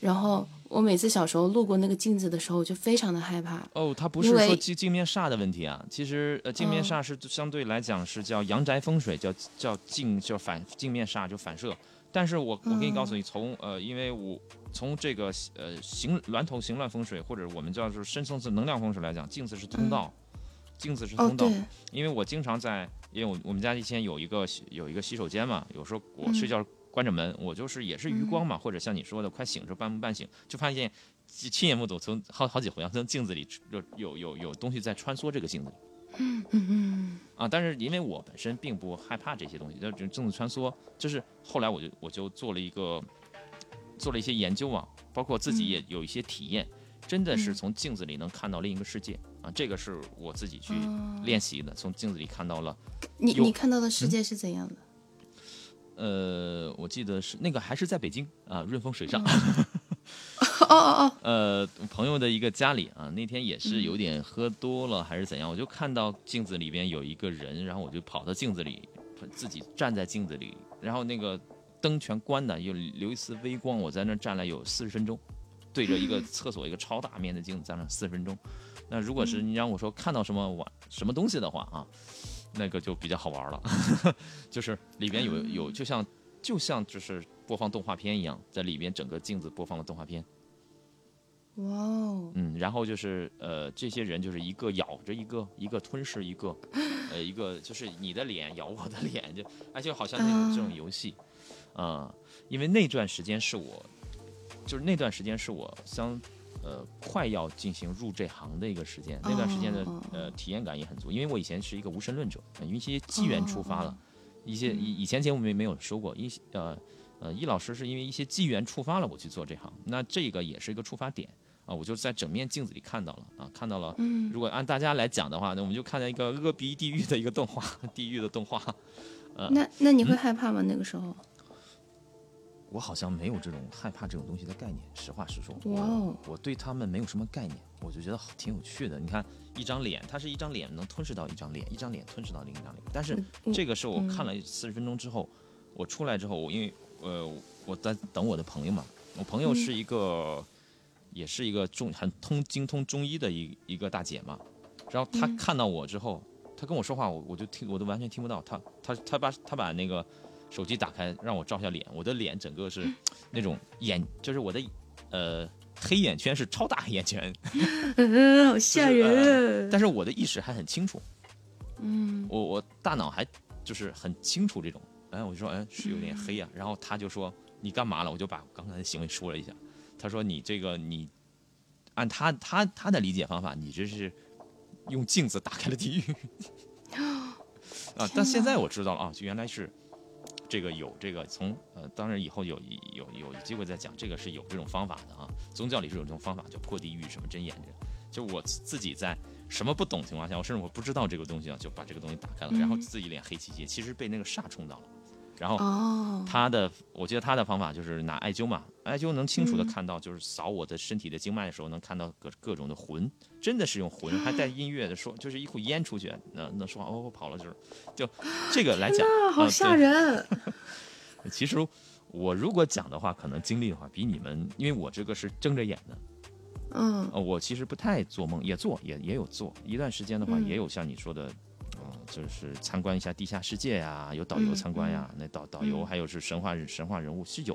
Speaker 2: 然后我每次小时候路过那个镜子的时候，我就非常的害怕。
Speaker 1: 哦，它不
Speaker 2: 因
Speaker 1: 是说
Speaker 2: 为
Speaker 1: 镜镜面煞的问题啊，其实呃，镜面
Speaker 2: 嗯
Speaker 1: 煞是相对来讲是叫阳宅风水，叫叫镜叫反镜面煞就反射。但是我我可以告
Speaker 2: 嗯
Speaker 1: 诉你，从呃，因为我从这个呃行峦头行乱风水，或者我们叫就是深层次能量风水来讲，镜子是通道，镜子是
Speaker 2: 嗯哦，
Speaker 1: 通道。
Speaker 2: 对，
Speaker 1: 因为我经常在，因为我我们家以前有一个洗有一个洗手间嘛，有时候我
Speaker 2: 嗯
Speaker 1: 睡觉关着门，我就是也是余光嘛，或者像你说的，快醒时候半梦半醒，就发现亲亲眼目睹从好好几回啊，从镜子里有有有有东西在穿梭这个镜子里。嗯嗯啊，但是因为我本身并不害怕这些东西，就就镜子穿梭，就是后来我就我就做了一个做了一些研究啊，包括自己也有一些体验，真的是从镜子里能看到另一个世界啊，这个是我自己去练习的，从镜子里看到了，
Speaker 2: 你
Speaker 1: 有嗯
Speaker 2: 你看到的世界是怎样的？
Speaker 1: 呃，我记得是那个还是在北京啊，润丰水上，
Speaker 2: 嗯 哦哦嗯
Speaker 1: 呃，朋友的一个家里啊，那天也是有点喝多了还是怎样，我就看到镜子里边有一个人，然后我就跑到镜子里，自己站在镜子里，然后那个灯全关的，有留一丝微光，我在那儿站了有四十分钟，对着一个厕所一个超大面的镜子站了四十分钟。那如果是你让我说看到什么玩什么东西的话啊，那个就比较好玩了，就是里边有有就像就像就是播放动画片一样，在里边整个镜子播放了动画片。
Speaker 2: 哦，哇哦，
Speaker 1: 嗯，然后就是呃，这些人就是一个咬着一个，一个吞噬一个，呃，一个就是你的脸咬我的脸，就哎，就好像那种这种游戏，啊、因为那段时间是我，就是那段时间是我相，呃，快要进行入这行的一个时间，那段时间的
Speaker 2: 哦
Speaker 1: 呃体验感也很足，因为我以前是一个无神论者，呃因为一些机缘触发
Speaker 2: 哦
Speaker 1: 了，一些
Speaker 2: 嗯
Speaker 1: 以以前节目没没有说过，一些呃呃，易老师是因为一些机缘触发了我去做这行，那这个也是一个触发点。啊，我就在整面镜子里看到了啊，看到了。
Speaker 2: 嗯
Speaker 1: 如果按大家来讲的话，那我们就看到一个恶鼻地狱的一个动画，地狱的动画。
Speaker 2: 那那
Speaker 1: 嗯
Speaker 2: 你会害怕吗？那个时候？
Speaker 1: 我好像没有这种害怕这种东西的概念，实话实说，
Speaker 2: 哇哦
Speaker 1: 我我对他们没有什么概念，我就觉得好挺有趣的。你看，一张脸，它是一张脸能吞噬到一张脸，一张脸吞噬到另一张脸。但
Speaker 2: 嗯
Speaker 1: 是这个是我看了四十分钟之后，我出来之后，我因为呃我在等我的朋友嘛，我朋友
Speaker 2: 嗯
Speaker 1: 是一个、也是一个中很通精通中医的一一个大姐嘛，然后她
Speaker 2: 嗯
Speaker 1: 看到我之后，她跟我说话，我我就听我都完全听不到，她她她把她把那个。手机打开，让我照一下脸，我的脸整个是那种眼，就是我的呃黑眼圈是超大黑眼圈，
Speaker 2: 嗯，好吓人啊！
Speaker 1: 但是呃我的意识还很清楚，嗯，我我大脑还就是很清楚这种，哎，我就说哎是有点黑呀、然后他就说你干嘛了？我就把刚才的行为说了一下，他说你这个你按他他他的理解方法，你这是用镜子打开了地狱啊！但现在我知道了啊，就原来是。这个有这个从呃，当然以后有有有有机会再讲，这个是有这种方法的啊。宗教里是有这种方法，叫破地狱什么真言这个。就我自自己在什么不懂情况下，我甚至我不知道这个东西啊，就把这个东西打开了，然后自己脸黑漆漆，其实被那个煞冲到了。然后
Speaker 2: 哦，
Speaker 1: 他的，我记得他的方法就是拿艾灸嘛，艾灸能清楚的看到，就是扫我的身体的经脉的时候，能看到各各种的魂，真的是用魂，还带音乐的说，就是一股烟出去，那那说哦我跑了，就是就这个来讲，
Speaker 2: 啊，
Speaker 1: 啊
Speaker 2: 好
Speaker 1: 对
Speaker 2: 吓人！
Speaker 1: 其实我如果讲的话，可能经历的话比你们，因为我这个是睁着眼的，
Speaker 2: 嗯，
Speaker 1: 呃，我其实不太做梦，也做，也也有做。一段时间的话，
Speaker 2: 嗯
Speaker 1: 也有像你说的，呃，就是参观一下地下世界呀、有导游
Speaker 2: 嗯
Speaker 1: 参观呀、那导导游还有是神话人神话人物是有，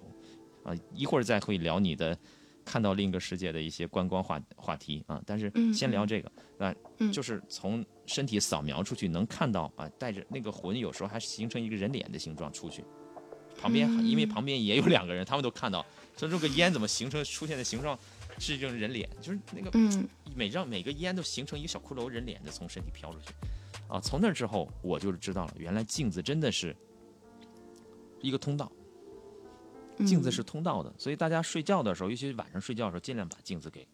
Speaker 1: 啊、一会儿再会聊你的看到另一个世界的一些观光话话题啊。但是
Speaker 2: 嗯
Speaker 1: 先聊这个，那、
Speaker 2: 嗯
Speaker 1: 就是从身体扫描出去能看到啊，带着那个魂有时候还形成一个人脸的形状出去。旁边因
Speaker 2: 嗯
Speaker 1: 为旁边也有两个人，他们都看到，所以这个烟怎么形成出现的形状是一种人脸，就是那个
Speaker 2: 嗯，
Speaker 1: 每让每个烟都形成一个小骷髅人脸的从身体飘出去，啊，从那之后我就知道了，原来镜子真的是一个通道，镜子是通道的，所以大家睡觉的时候，尤其是晚上睡觉的时候，尽量把镜子给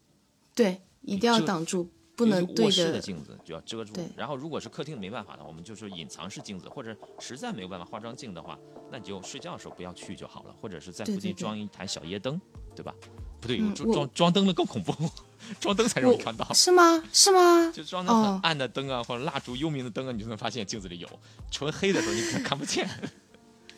Speaker 2: 对，一定要挡住，不能
Speaker 1: 尤其
Speaker 2: 对
Speaker 1: 卧室的
Speaker 2: 着。
Speaker 1: 镜子就要遮住
Speaker 2: 对。
Speaker 1: 然后如果是客厅没办法的，我们就是隐藏式镜子，或者实在没有办法化妆镜的话，那你就睡觉的时候不要去就好了，或者是在
Speaker 2: 对
Speaker 1: 附
Speaker 2: 对
Speaker 1: 近
Speaker 2: 对
Speaker 1: 装一台小夜灯，对吧？不对，
Speaker 2: 嗯
Speaker 1: 装
Speaker 2: 我
Speaker 1: 装装灯的更恐怖，装灯才容易
Speaker 2: 我
Speaker 1: 看到。
Speaker 2: 是吗？是 吗？
Speaker 1: 就装那种很
Speaker 2: 哦
Speaker 1: 暗的灯啊，或者蜡烛幽冥的灯啊，你就能发现镜子里有；纯黑的时候你可能看不 见。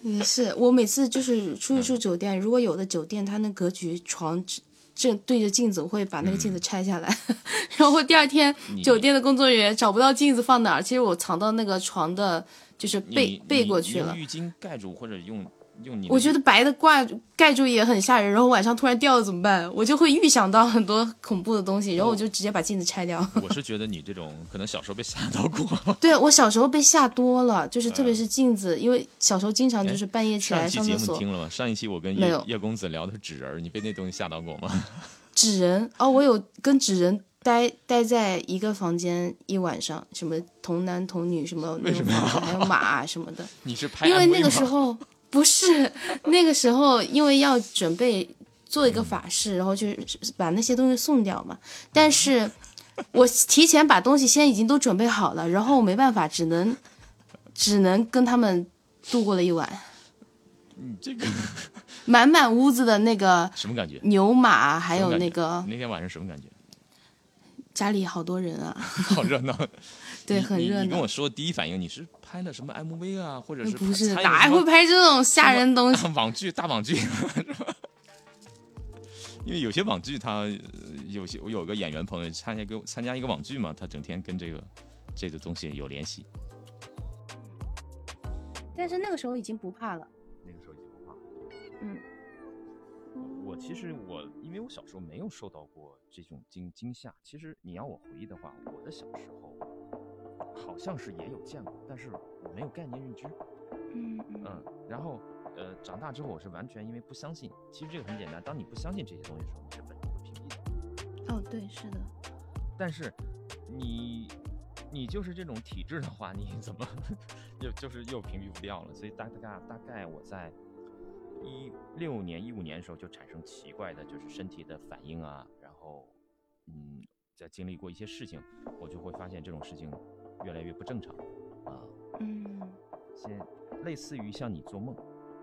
Speaker 2: 也是，我每次就是出
Speaker 1: 嗯
Speaker 2: 去住酒店，如果有的酒店它那格局床只正对着镜子，我会把那个镜子拆下来， 然后第二天
Speaker 1: 嗯你
Speaker 2: 酒店的工作人员找不到镜子放哪儿，其实我藏到那个床的，就是
Speaker 1: 你
Speaker 2: 背
Speaker 1: 你
Speaker 2: 背过
Speaker 1: 你
Speaker 2: 去了
Speaker 1: 用。浴巾盖住，或者用用你的
Speaker 2: 我觉得白的挂盖住也很吓人，然后晚上突然掉了怎么办？我就会预想到很多恐怖的东西，
Speaker 1: 哦
Speaker 2: 然后我就直接把镜子拆掉。
Speaker 1: 我是觉得你这种可能小时候被吓到过。
Speaker 2: 对啊我小时候被吓多了，就是特别是镜子，因为小时候经常就是半夜起
Speaker 1: 上
Speaker 2: 来
Speaker 1: 一期
Speaker 2: 上
Speaker 1: 节
Speaker 2: 厕
Speaker 1: 目
Speaker 2: 所
Speaker 1: 你听了吗？上一期我跟
Speaker 2: 没
Speaker 1: 叶
Speaker 2: 有
Speaker 1: 叶公子聊的纸人儿，你被那东西吓到过吗？
Speaker 2: 纸人哦，我有跟纸人待待在一个房间一晚上，什么童男童女什么那种房间，还有马啊什么的。
Speaker 1: 你是拍
Speaker 2: 因为
Speaker 1: MV
Speaker 2: 那个
Speaker 1: 吗
Speaker 2: 时候不是那个时候，因为要准备做一个法事，然后去把那些东西送掉嘛。但是我提前把东西先已经都准备好了，然后我没办法，只能只能跟他们度过了一晚，
Speaker 1: 你这个
Speaker 2: 满满屋子的那个
Speaker 1: 什么感觉？
Speaker 2: 牛马，还
Speaker 1: 什么感
Speaker 2: 有
Speaker 1: 觉
Speaker 2: 那个
Speaker 1: 你那天晚上什么 感觉？
Speaker 2: 家里好多人 啊。
Speaker 1: 好热闹，
Speaker 2: 对，
Speaker 1: 你
Speaker 2: 很
Speaker 1: 你
Speaker 2: 热
Speaker 1: 你跟
Speaker 2: 闹
Speaker 1: 我。说第一反应你是拍了什么 MV 啊，或者是
Speaker 2: 不是
Speaker 1: 参与了
Speaker 2: 哪
Speaker 1: 什么
Speaker 2: 会 拍这种吓人的东西？
Speaker 1: 网剧大网剧， 因为有些网剧它呃有些我有个演员朋友参加一个参加一个网剧嘛，他整天跟这个这个东西有联系。
Speaker 2: 但是那个时候已经不怕了。
Speaker 1: 那个时候已经不怕。
Speaker 2: 嗯
Speaker 1: 我我其实我因为我小时候没有受到过这种惊惊吓，其实你要我回忆的话，我的小时候好像是也有见过，但是我没有概念认知。
Speaker 2: 嗯
Speaker 1: 嗯，然后呃，长大之后我是完全因为不相信。其实这个很简单，当你不相信这些东西的时候，你是本能会屏蔽的。
Speaker 2: 哦，对，是的。
Speaker 1: 但是你你就是这种体质的话，你怎么又就是又屏蔽不掉了？所以大概大概我在一六年一五年的时候就产生奇怪的，就是身体的反应啊，然后嗯，在经历过一些事情，我就会发现这种事情越来越不正常啊。
Speaker 2: 嗯，
Speaker 1: 先类似于像你做梦，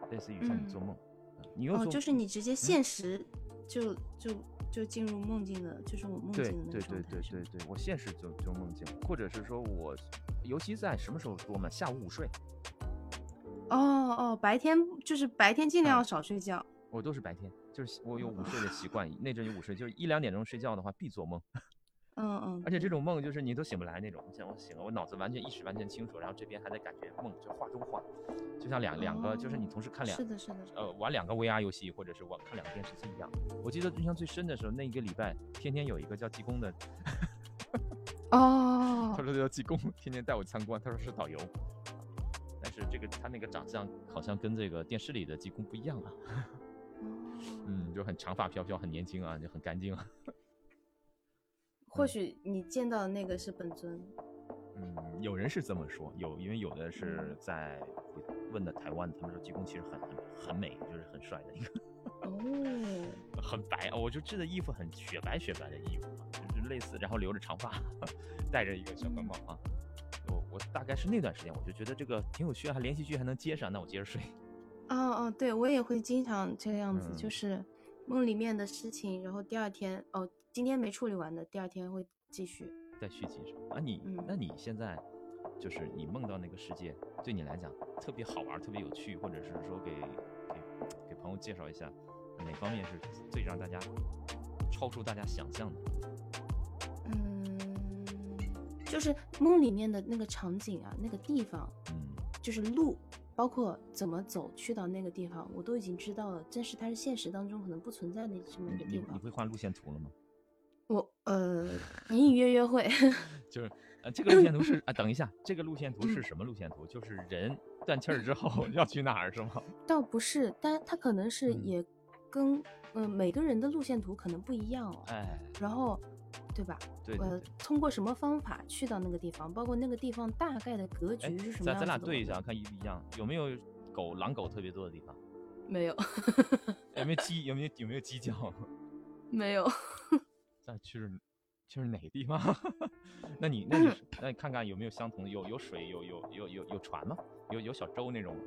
Speaker 1: 类似于像你做梦，啊你嗯又
Speaker 2: 哦，
Speaker 1: 做、
Speaker 2: 就是你直接现实就就就进入梦境的，就是我梦境
Speaker 1: 对
Speaker 2: 的那
Speaker 1: 对
Speaker 2: 个状
Speaker 1: 对对
Speaker 2: 态。是吗
Speaker 1: 对对，我现实就就梦境，或者是说我，尤其在什么时候多嘛？下午午睡，
Speaker 2: 哦哦，白天就是白天尽量
Speaker 1: 嗯
Speaker 2: 少睡觉。
Speaker 1: 我都是白天，就是我有午睡的习惯，那阵有午睡，就是一两点钟睡觉的话必做梦，
Speaker 2: 嗯嗯。
Speaker 1: 而且这种梦就是你都醒不来那种。像我醒了，我脑子完全意识完全清楚，然后这边还在感觉梦就画中画，就像两两个就是你
Speaker 2: 哦
Speaker 1: 同时看两
Speaker 2: 是的，是的。
Speaker 1: 呃玩两个 VR 游戏，或者是我看两个电视剧一样。我记得印象最深的时候，那一个礼拜天天有一个叫济公的
Speaker 2: 哦
Speaker 1: 他，说他叫济公，天天带我参观，他说是导游。但是这个他那个长相好像跟这个电视里的济公不一样啊，嗯，就很长发飘飘，很年轻啊，就很干净啊，
Speaker 2: 或许你见到的那个是本尊。
Speaker 1: 嗯，有人是这么说，有因为有的是在问的台湾，他们说济公其实很很很美，就是很帅的一个，
Speaker 2: 哦，
Speaker 1: 很白，我就织的衣服很雪白雪白的衣服嘛，就是类似，然后留着长发， 戴着一个小官帽啊，我我大概是那段时间我就觉得这个挺有趣啊，还连续剧还能接上，那我接着睡。
Speaker 2: 哦哦，对，我也会经常这样子，
Speaker 1: 嗯
Speaker 2: 就是梦里面的事情，然后第二天哦，今天没处理完的，第二天会继续。
Speaker 1: 在续集上啊你，
Speaker 2: 嗯
Speaker 1: 那你现在就是你梦到那个世界，对你来讲特别好玩、特别有趣，或者是说给给给朋友介绍一下，哪方面是最让大家超出大家想象的？
Speaker 2: 嗯，就是梦里面的那个场景啊，那个地方，
Speaker 1: 嗯，
Speaker 2: 就是路，包括怎么走去到那个地方，我都已经知道了。但是它是现实当中可能不存在的这么一
Speaker 1: 你
Speaker 2: 个
Speaker 1: 你你
Speaker 2: 地
Speaker 1: 嗯
Speaker 2: 方。
Speaker 1: 会画路线图了吗？
Speaker 2: 我呃，隐隐约约会。
Speaker 1: 就是呃，这个路线图是 啊，等一下，这个路线图
Speaker 2: 嗯
Speaker 1: 是什么路线图？就是人断气儿之后 要去哪儿是 吗？
Speaker 2: 倒不是，但它可能是
Speaker 1: 嗯
Speaker 2: 也跟嗯、呃每个人的路线图可能不一样哦。
Speaker 1: 哎，
Speaker 2: 然后对吧？
Speaker 1: 对对
Speaker 2: 呃
Speaker 1: 对，
Speaker 2: 通过什么方法去到那个地方，包括那个地方大概的格局是什么
Speaker 1: 哎咱咱
Speaker 2: 样子的？
Speaker 1: 俩对一下，，看一不一样，有没有狗狼狗特别多的地方？
Speaker 2: 没有，
Speaker 1: 有没有鸡？有没有有没有鸡叫？
Speaker 2: 没有，
Speaker 1: 那去是去是哪个地方？ 那你那你 是那你看看有没有相同的？有有水，有有有有有船吗？有有小舟那种吗？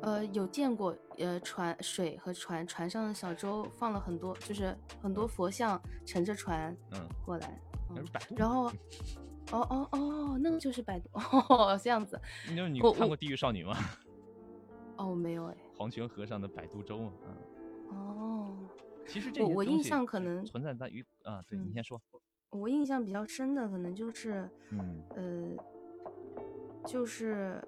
Speaker 2: 呃，有见过，呃，船水和船船上的小舟放了很多，就是很多佛像乘着船
Speaker 1: 嗯，
Speaker 2: 过来，
Speaker 1: 那
Speaker 2: 嗯
Speaker 1: 是百度。
Speaker 2: 然后，哦哦哦，那个就是百度，哦，这样子，
Speaker 1: 你就是你
Speaker 2: 我
Speaker 1: 看
Speaker 2: 我
Speaker 1: 过《地狱少女》吗？
Speaker 2: 哦，没有哎，
Speaker 1: 黄泉和尚的摆渡舟嘛，嗯，
Speaker 2: 哦，
Speaker 1: 其实这
Speaker 2: 我
Speaker 1: 些
Speaker 2: 我
Speaker 1: 东
Speaker 2: 印
Speaker 1: 西
Speaker 2: 象可能
Speaker 1: 存在在于啊，对你
Speaker 2: 嗯
Speaker 1: 先说，
Speaker 2: 我印象比较深的可能就是，
Speaker 1: 嗯
Speaker 2: 呃，就是，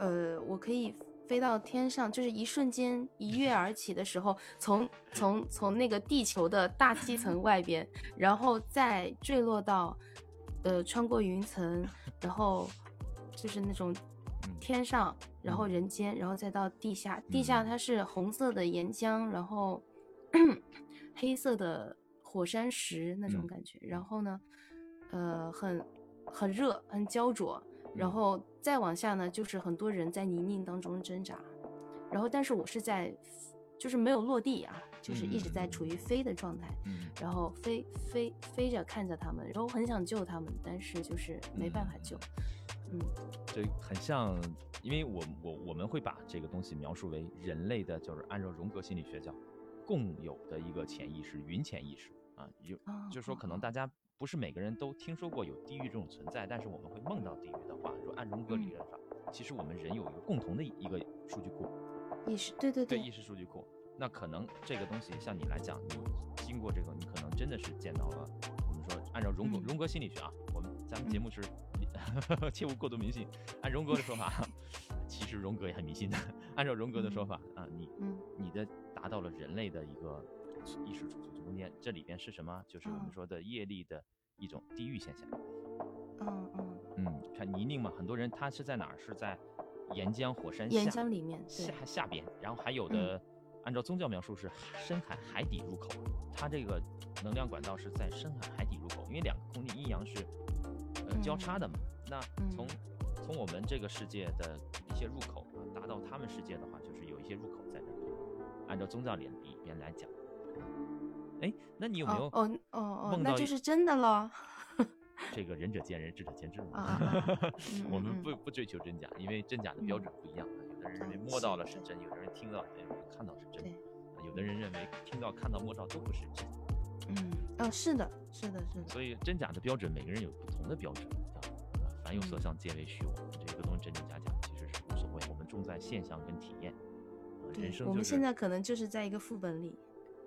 Speaker 2: 呃，我可以飞到天上，就是一瞬间一跃而起的时候，从从从那个地球的大气层外边，然后再坠落到，呃，穿过云层，然后就是那种
Speaker 1: 嗯
Speaker 2: 天上，然后
Speaker 1: 嗯
Speaker 2: 人间，然后再到地下，地下它是红色的岩浆，然后 黑色的火山石那种
Speaker 1: 嗯
Speaker 2: 感觉，然后呢，呃，很很热，很焦灼，然
Speaker 1: 嗯
Speaker 2: 后再往下呢，就是很多人在泥泞当中挣扎，然后但是我是在，就是没有落地啊，就是一直在处于飞的状态，
Speaker 1: 嗯，
Speaker 2: 然后飞飞飞着看着他们，然后很想救他们，但是就是没办法救，嗯
Speaker 1: 这很像，因为我我我们会把这个东西描述为人类的，就是按照荣格心理学叫共有的一个潜意识，云潜意识啊，有
Speaker 2: 啊，
Speaker 1: 就是说，可能
Speaker 2: 啊
Speaker 1: 大家不是每个人都听说过有地狱这种存在，但是我们会梦到地狱的话，说按荣格理
Speaker 2: 嗯
Speaker 1: 论上，其实我们人有一个共同的一个数据库，
Speaker 2: 意识，对对
Speaker 1: 对意识数据库。那可能这个东西像你来讲，你经过这个，你可能真的是见到了。我们说，按照荣格、
Speaker 2: 嗯
Speaker 1: 荣格心理学啊，我们咱们节目是、 切勿过度迷信。按荣格的说法啊， 其实荣格也很迷信的。按照荣格的说法啊，你
Speaker 2: 嗯
Speaker 1: 你的达到了人类的一个意识储存空间，这里边是什么？就是我们
Speaker 2: 嗯
Speaker 1: 说的业力的一种地狱现象。
Speaker 2: 嗯嗯，
Speaker 1: 嗯，看泥泞嘛，很多人他是在哪儿？是在岩浆、火山
Speaker 2: 岩
Speaker 1: 下
Speaker 2: 浆里面，对，嗯
Speaker 1: 下下边，然后还有的按照宗教描述是深海海底入口，它这个能量管道是在深海海底入口，因为两个空间阴阳是呃交叉的嘛。
Speaker 2: 嗯
Speaker 1: 那从从我们这个世界的一些入口啊，达到他们世界的话，就是有一些入口在这里。按照宗教里里边来讲，哎，那你有没有
Speaker 2: 哦哦哦哦
Speaker 1: 梦，
Speaker 2: 那
Speaker 1: 到
Speaker 2: 就
Speaker 1: 一
Speaker 2: 是真的了，
Speaker 1: 这个仁者见仁，智者见智 嘛。
Speaker 2: 啊啊啊啊
Speaker 1: 我
Speaker 2: 嗯嗯
Speaker 1: 们
Speaker 2: 嗯
Speaker 1: 不不追求真假，因为真假的标
Speaker 2: 嗯
Speaker 1: 准不一样。啊有的人认为
Speaker 2: 对
Speaker 1: 摸到了
Speaker 2: 是
Speaker 1: 是
Speaker 2: 对
Speaker 1: 真，有的人听到是真，有的人看到是真啊
Speaker 2: 对，
Speaker 1: 有的人认为听到、看到、摸到都不是真。
Speaker 2: 嗯，哦，是的，是的，是的，
Speaker 1: 所以真假的标准，每个人有不同的标准啊。呃凡有色
Speaker 2: 嗯
Speaker 1: 相，皆为虚妄。这个东西真真假假其实是无所谓，我们重在现象跟体验。呃
Speaker 2: 对
Speaker 1: 人生
Speaker 2: 我
Speaker 1: 就
Speaker 2: 们
Speaker 1: 是
Speaker 2: 现，在可能就是在一个副 本里，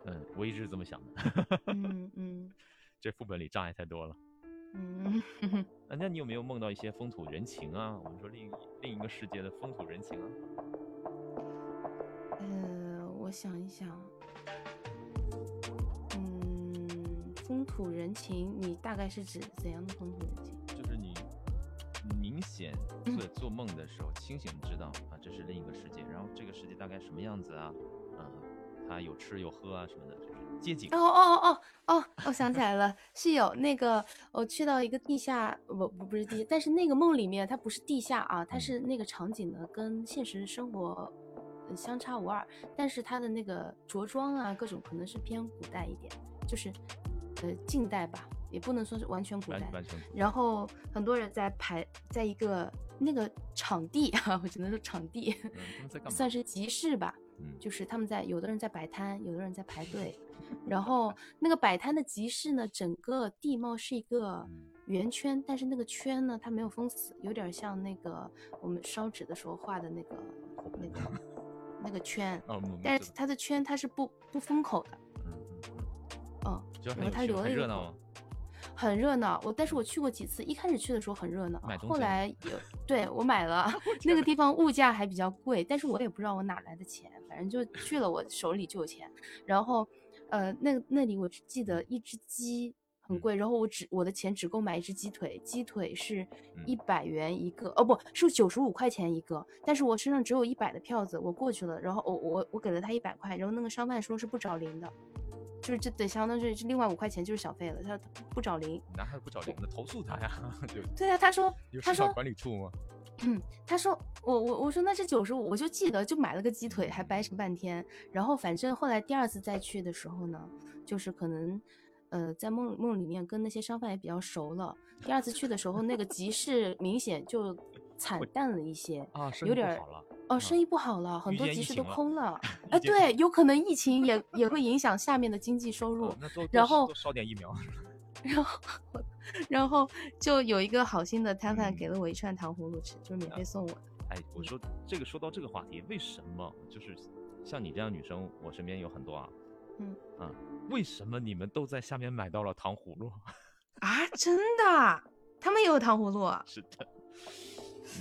Speaker 1: 嗯，我一直这么想的。
Speaker 2: 嗯嗯
Speaker 1: 这副本里障碍太多了。
Speaker 2: 嗯，
Speaker 1: 啊，那你有没有梦到一些风土人情啊？我们说另一另一个世界的风土人情啊？
Speaker 2: 呃，我想一想，嗯，风土人情，你大概是指怎样的风土人情？
Speaker 1: 就是你明显
Speaker 2: 嗯
Speaker 1: 做做梦的时候清醒知道啊，这是另一个世界，然后这个世界大概什么样子啊？啊，它有吃有喝啊什么的，就是街景
Speaker 2: 哦。哦哦哦哦，我想起来了，是有那个我去到一个地下，不不不是地下，但是那个梦里面它不是地下啊，
Speaker 1: 嗯
Speaker 2: 它是那个场景呢跟现实生活呃相差无二，但是它的那个着装啊各种可能是偏古代一点，就是呃近代吧，也不能说是完全古
Speaker 1: 完
Speaker 2: 代，
Speaker 1: 完全
Speaker 2: 然后很多人在排在一个那个场地啊，我只能说场地
Speaker 1: 嗯，他们在干嘛？
Speaker 2: 算是集市吧，
Speaker 1: 嗯，
Speaker 2: 就是他们在有的人在摆摊，有的人在排队，然后那个摆摊的集市呢，整个地貌是一个
Speaker 1: 嗯
Speaker 2: 圆圈，但是那个圈呢，它没有封死，有点像那个我们烧纸的时候画的那个那个 那个圈，
Speaker 1: 哦，我们
Speaker 2: 但
Speaker 1: 知
Speaker 2: 是
Speaker 1: 道
Speaker 2: 它的圈它是不不封口的，
Speaker 1: 嗯嗯嗯，
Speaker 2: 嗯，
Speaker 1: 就是
Speaker 2: 然后它
Speaker 1: 很有趣
Speaker 2: 留了
Speaker 1: 很
Speaker 2: 一个
Speaker 1: 热闹啊
Speaker 2: 口
Speaker 1: 吗？
Speaker 2: 很热闹。我但是我去过几次，一开始去的时候很热闹
Speaker 1: 买，东
Speaker 2: 后
Speaker 1: 西吗
Speaker 2: 来有对我买 了，那个地方物价还比较贵，但是我也不知道我哪来的钱，反正就去了，我手里就有钱。然后，呃，那那里我只记得一只鸡
Speaker 1: 嗯
Speaker 2: 很贵，然后我只我的钱只够买一只鸡腿，鸡腿是
Speaker 1: 嗯
Speaker 2: 一百元一个，哦不是九十五块钱一个，但是我身上只有一百的票子，我过去了，然后我我我给了他一百块，然后那个商贩说是不找零的。就是这得相当于是另外五块钱就是小费了，他他不找零。
Speaker 1: 男孩不找零的，投诉他 呀，有
Speaker 2: 对啊，他说
Speaker 1: 有
Speaker 2: 他
Speaker 1: 市
Speaker 2: 说
Speaker 1: 场管理处吗？
Speaker 2: 他说我我我说那是九十五，我就记得就买了个鸡腿，还掰扯半天。然后反正后来第二次再去的时候呢，就是可能，呃，在梦梦里面跟那些商贩也比较熟了。第二次去的时候，那个集市明显就惨淡了一些，
Speaker 1: 啊，生意不
Speaker 2: 有点儿
Speaker 1: 好了，
Speaker 2: 哦，生意不好了，很
Speaker 1: 遇
Speaker 2: 多
Speaker 1: 见
Speaker 2: 集
Speaker 1: 疫
Speaker 2: 市都
Speaker 1: 情了
Speaker 2: 空了。
Speaker 1: 遇
Speaker 2: 哎，
Speaker 1: 见
Speaker 2: 对，有可能疫情也也会影响下面的经济收入
Speaker 1: 啊。那多多
Speaker 2: 然
Speaker 1: 烧
Speaker 2: 后
Speaker 1: 多烧点疫苗，
Speaker 2: 然后就有一个好心的摊贩
Speaker 1: 嗯
Speaker 2: 给了我一串糖葫芦吃，就是免费送我的。
Speaker 1: 哎，
Speaker 2: 嗯
Speaker 1: 我说这个说到这个话题，为什么就是像你这样女生，我身边有很多啊，
Speaker 2: 嗯
Speaker 1: 啊，为什么你们都在下面买到了糖葫芦？
Speaker 2: 啊，真的啊？他们也有糖葫芦啊？
Speaker 1: 是 的，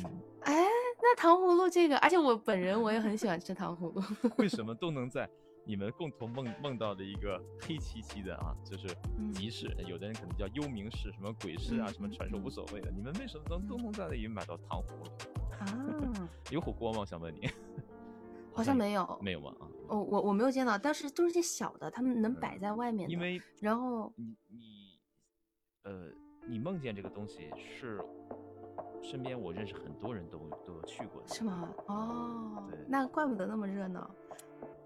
Speaker 1: 嗯，
Speaker 2: 哎，那糖葫芦这个，而且我本人我也很喜欢吃 糖葫芦。
Speaker 1: 为什么都能在你们共同梦梦到的一个黑漆漆的啊，就是
Speaker 2: 嗯
Speaker 1: 集市，有的人可能叫幽冥市、什么鬼市啊、
Speaker 2: 嗯
Speaker 1: 什么传说，无所谓的，你们为什么能都能在那里买到糖葫芦？
Speaker 2: 啊，
Speaker 1: 有火锅吗？我想问你，
Speaker 2: 好像
Speaker 1: 有
Speaker 2: 没有，
Speaker 1: 没有吧？啊，
Speaker 2: 哦，我我没有见到，但是都是些小的，他们能
Speaker 1: 嗯
Speaker 2: 摆在外面的。
Speaker 1: 因为
Speaker 2: 然后
Speaker 1: 你你呃，你梦见这个东西是身边我认识很多人都都有去过的，
Speaker 2: 是吗？哦
Speaker 1: 对，
Speaker 2: 那怪不得那么热闹。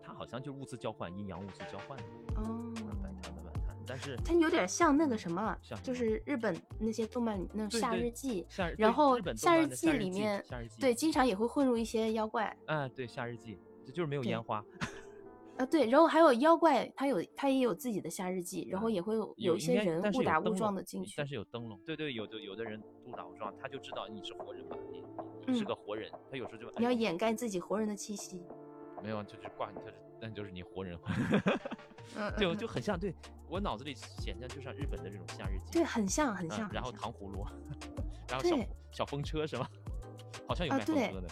Speaker 1: 它好像就是物资交换，阴阳物资交换，
Speaker 2: 哦，
Speaker 1: 摆摊的摆摊，但是
Speaker 2: 它有点像那个什么
Speaker 1: 像，什
Speaker 2: 就
Speaker 1: 么
Speaker 2: 是日本那些动漫那种
Speaker 1: 对
Speaker 2: 夏
Speaker 1: 对
Speaker 2: 日记。
Speaker 1: 夏日
Speaker 2: 然
Speaker 1: 对
Speaker 2: 后
Speaker 1: 日本动
Speaker 2: 夏日
Speaker 1: 漫的
Speaker 2: 记里面
Speaker 1: 夏日记
Speaker 2: 对，经常也会混入一些妖怪
Speaker 1: 啊对夏日记，这就是没有
Speaker 2: 对
Speaker 1: 烟花，
Speaker 2: 啊，对，然后还有妖怪，它有它也有自己的夏日记，然
Speaker 1: 啊
Speaker 2: 后也会有有一
Speaker 1: 应
Speaker 2: 些
Speaker 1: 该
Speaker 2: 人
Speaker 1: 但是
Speaker 2: 误
Speaker 1: 有
Speaker 2: 打误
Speaker 1: 灯
Speaker 2: 撞
Speaker 1: 笼
Speaker 2: 的进去
Speaker 1: 但。是有灯笼，对对，有的有的人误打误撞，他就知道你是活人吧，你你你是
Speaker 2: 嗯
Speaker 1: 个活人，他有时候就
Speaker 2: 你要
Speaker 1: 哎
Speaker 2: 掩盖自己活人的气息。
Speaker 1: 没有啊，就是挂你，他是那就是你活人，
Speaker 2: 嗯，
Speaker 1: 就
Speaker 2: 嗯
Speaker 1: 就很像，对我脑子里显象就像日本的这种夏日记，
Speaker 2: 对，很像，很像。
Speaker 1: 嗯，
Speaker 2: 很
Speaker 1: 然后
Speaker 2: 像
Speaker 1: 糖葫芦，然后小
Speaker 2: 对
Speaker 1: 小风车是吧？ 好像有
Speaker 2: 啊
Speaker 1: 卖风
Speaker 2: 对
Speaker 1: 车的，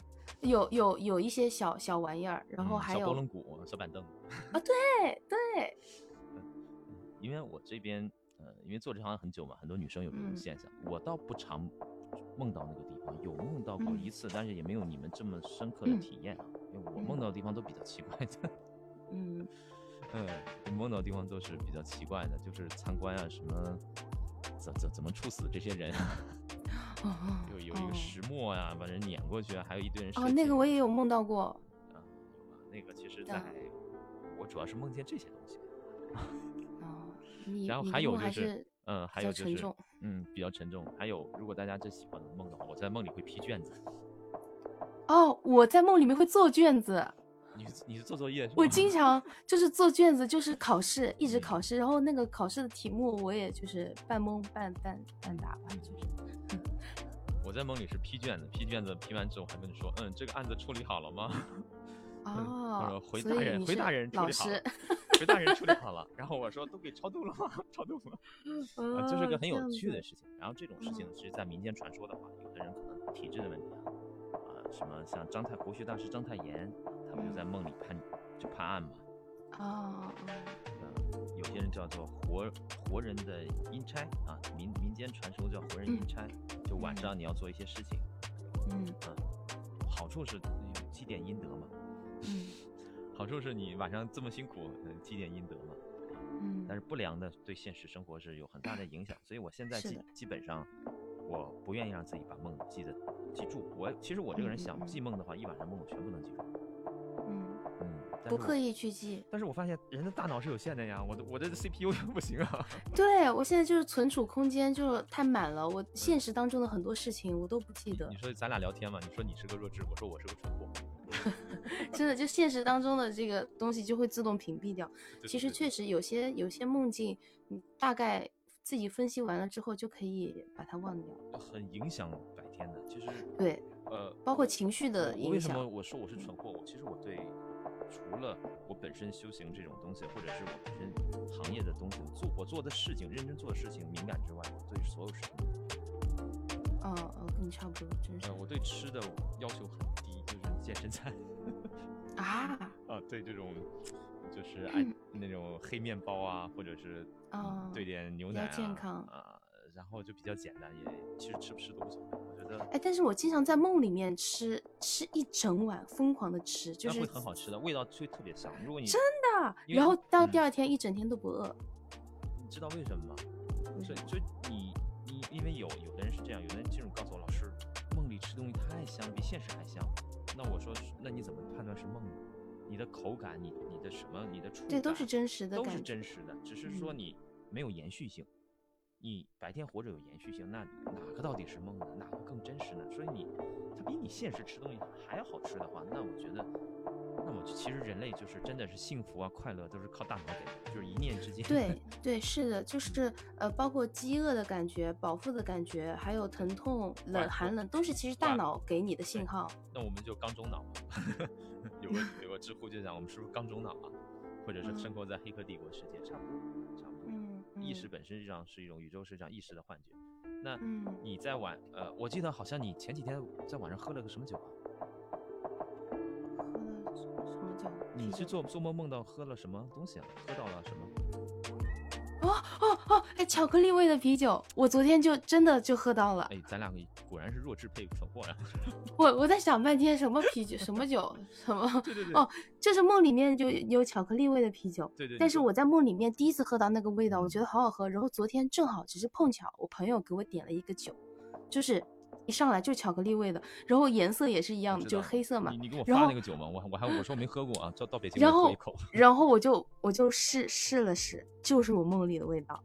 Speaker 2: 有有有一些小小玩意儿，然后
Speaker 1: 嗯
Speaker 2: 还
Speaker 1: 小
Speaker 2: 有
Speaker 1: 拨龙鼓、小板凳。
Speaker 2: 对对，
Speaker 1: 嗯因为我这边呃，因为做这行很久嘛，很多女生有这种
Speaker 2: 嗯
Speaker 1: 现象，我倒不常梦到那个地方，有梦到过
Speaker 2: 嗯
Speaker 1: 一次，但是也没有你们这么深刻的
Speaker 2: 嗯
Speaker 1: 体验啊。因为我
Speaker 2: 嗯
Speaker 1: 梦到的地方都比较奇怪的，
Speaker 2: 嗯
Speaker 1: 嗯，我梦到的地方都是比较奇怪的，就是参观啊什么。怎怎怎么处死这些人啊？
Speaker 2: 哦
Speaker 1: 有有一个石磨呀、把人碾过去啊，还有一堆人
Speaker 2: 哦
Speaker 1: 射
Speaker 2: 那
Speaker 1: 精
Speaker 2: 个我也有梦到过，
Speaker 1: 啊，有吧？那个其实
Speaker 2: 嗯
Speaker 1: 在，我主要是梦见这些东西，
Speaker 2: 哦，你
Speaker 1: 然后
Speaker 2: 你
Speaker 1: 还
Speaker 2: 的
Speaker 1: 有
Speaker 2: 梦
Speaker 1: 就
Speaker 2: 还
Speaker 1: 是
Speaker 2: 是，
Speaker 1: 嗯，还
Speaker 2: 比
Speaker 1: 有
Speaker 2: 较
Speaker 1: 就
Speaker 2: 沉
Speaker 1: 是
Speaker 2: 重，
Speaker 1: 嗯，比较沉重。还有，如果大家真喜欢梦的话，我在梦里会批卷子。
Speaker 2: 哦，我在梦里面会做卷子，
Speaker 1: 你是你是做作业是吗？
Speaker 2: 我经常就是做卷子，就是考试，一直
Speaker 1: 嗯
Speaker 2: 考试，然后那个考试的题目我也就是半蒙半半半答吧，就是
Speaker 1: 我在梦里是批卷子，批卷子批完之后还跟你说，嗯，这个案子处理好了吗？ 他说
Speaker 2: 哦，
Speaker 1: 嗯回
Speaker 2: 所
Speaker 1: 大
Speaker 2: 以
Speaker 1: 人，
Speaker 2: 你
Speaker 1: 回
Speaker 2: 是
Speaker 1: 大人处
Speaker 2: 老
Speaker 1: 理好了
Speaker 2: 师，
Speaker 1: 回大人处理好了。然后我说都给超度了吗？ 超度了，啊，这是
Speaker 2: 哦
Speaker 1: 个很有
Speaker 2: 样
Speaker 1: 趣的
Speaker 2: 子
Speaker 1: 事情。然后这种事
Speaker 2: 嗯
Speaker 1: 情其实，在民间传说的话，有的人可能体质的问题啊，啊，什么像张太国学大师张太炎，他们就
Speaker 2: 嗯
Speaker 1: 在梦里判就判案嘛。嗯
Speaker 2: 哦，
Speaker 1: 有些人叫做活活人的阴差啊，民民间传说叫活人阴
Speaker 2: 嗯
Speaker 1: 差，就晚
Speaker 2: 嗯
Speaker 1: 上你要做一些事情，
Speaker 2: 嗯
Speaker 1: 好处是有积点阴德嘛，
Speaker 2: 嗯
Speaker 1: 好处是你晚上这么辛苦，呃积点阴德嘛，
Speaker 2: 嗯，
Speaker 1: 但是不良的对现实生活是有很大的影响，所以我现在
Speaker 2: 是
Speaker 1: 基
Speaker 2: 的
Speaker 1: 基本上我不愿意让自己把梦记得记住，我其实我这个人
Speaker 2: 嗯嗯
Speaker 1: 想
Speaker 2: 嗯
Speaker 1: 记梦的话，一晚上梦我全部能记住，
Speaker 2: 嗯
Speaker 1: 嗯，但
Speaker 2: 不
Speaker 1: 是我
Speaker 2: 刻。意嗯去记。
Speaker 1: 但是我发现人的大脑是有限的呀，我的我的 CPU 不行啊。
Speaker 2: 对我现在就是存储空间就是太满了，我现实当中的很多事情我都不记
Speaker 1: 你
Speaker 2: 得
Speaker 1: 你，说咱俩聊天嘛，你说你是个弱智，我说我是个蠢货。
Speaker 2: 真的就现实当中的这个东西就会自动屏蔽掉。
Speaker 1: 对
Speaker 2: 其
Speaker 1: 对
Speaker 2: 实
Speaker 1: 对
Speaker 2: 确实有些有些梦境，你大概自己分析完了之后就可以把它忘掉。
Speaker 1: 很影响白天的。其实，
Speaker 2: 对，
Speaker 1: 呃，
Speaker 2: 包括情绪的
Speaker 1: 我我为
Speaker 2: 影
Speaker 1: 什么
Speaker 2: 响。
Speaker 1: 我说我是蠢货？我其实我对除了我本身修行这种东西，或者是我本身行业的东西，我做我做的事情、认真做的事情敏感之外，我对所有事情，
Speaker 2: 哦哦，跟你差不多，真是
Speaker 1: 呃，我对吃的要求很低，就是健身餐
Speaker 2: 啊
Speaker 1: 啊，对这种
Speaker 2: 嗯
Speaker 1: 就是爱那种黑面包啊，或者是
Speaker 2: 哦
Speaker 1: 兑点牛
Speaker 2: 比较
Speaker 1: 奶啊，
Speaker 2: 健康
Speaker 1: 啊，然然后就比较简单，也其实吃不吃都无所谓。我觉得
Speaker 2: 哎，但是我经常在梦里面吃吃一整碗，疯狂的吃，就
Speaker 1: 那
Speaker 2: 是
Speaker 1: 会很好吃的，味道会特别香。如果你
Speaker 2: 真的，
Speaker 1: 因为
Speaker 2: 然后到
Speaker 1: 嗯
Speaker 2: 第二天一整天都不饿。
Speaker 1: 你知道为什么吗？这就你你因为有有的人是这样，有的人这种告诉我老师，梦里吃东西太香，比现实还香。那我说是，那你怎么判断是梦呢？你的口感，你你的什么，你的触
Speaker 2: 对，都
Speaker 1: 感
Speaker 2: 是真实的
Speaker 1: 都
Speaker 2: 感
Speaker 1: 是
Speaker 2: 觉。
Speaker 1: 真实的，只是说
Speaker 2: 嗯
Speaker 1: 你没有延续性。你白天活着有延续性，那哪个到底是梦呢？哪个更真实呢？所以你，它比你现实吃东西还要好吃的话，那我觉得，那我其实人类就是真的是幸福啊、快乐都是靠大脑给的，就是一念之间。
Speaker 2: 对对，是的，就是呃，包括饥饿的感觉、饱腹的感觉，还有疼痛、冷
Speaker 1: 哇
Speaker 2: 寒冷，都是其实大
Speaker 1: 哇
Speaker 2: 脑给你的信
Speaker 1: 对
Speaker 2: 号。
Speaker 1: 那我们就缸中脑， 有个有个知乎就讲我们是不是缸中脑啊，或者是生活在黑客帝国世界，差不多，差不多。
Speaker 2: 嗯，
Speaker 1: 意
Speaker 2: 嗯
Speaker 1: 识本身上是一种宇宙是一种意识的幻觉。那
Speaker 2: 嗯
Speaker 1: 你在晚呃，我记得好像你前几天在晚上喝了个什么酒啊？
Speaker 2: 喝了什什么酒？
Speaker 1: 你
Speaker 2: 啤
Speaker 1: 是
Speaker 2: 酒
Speaker 1: 做做梦梦到喝了什么东西啊？喝到了什么？
Speaker 2: 哦哦，哎，巧克力味的啤酒，我昨天就真的就喝到了。
Speaker 1: 哎，咱俩果然是弱智配蠢货呀！
Speaker 2: 我我在想半天，什么啤酒，什么酒，什么？
Speaker 1: 对对对，
Speaker 2: 哦，就是梦里面就有巧克力味的啤酒。
Speaker 1: 对对。嗯
Speaker 2: 但
Speaker 1: 你
Speaker 2: 是
Speaker 1: 说
Speaker 2: 我在梦里面第一次喝到那个味道，我觉得好好喝。然后昨天正好只是碰巧，我朋友给我点了一个酒，就是一上来就是巧克力味的，然后颜色也是一样的，
Speaker 1: 知
Speaker 2: 就
Speaker 1: 道
Speaker 2: 是黑色嘛
Speaker 1: 你。你给我
Speaker 2: 然
Speaker 1: 发
Speaker 2: 后
Speaker 1: 那个酒吗？我还我还我说我没喝过啊，到到北京
Speaker 2: 然
Speaker 1: 我喝
Speaker 2: 后
Speaker 1: 一口。
Speaker 2: 然后我就我就试试了试，就是我梦里的味道。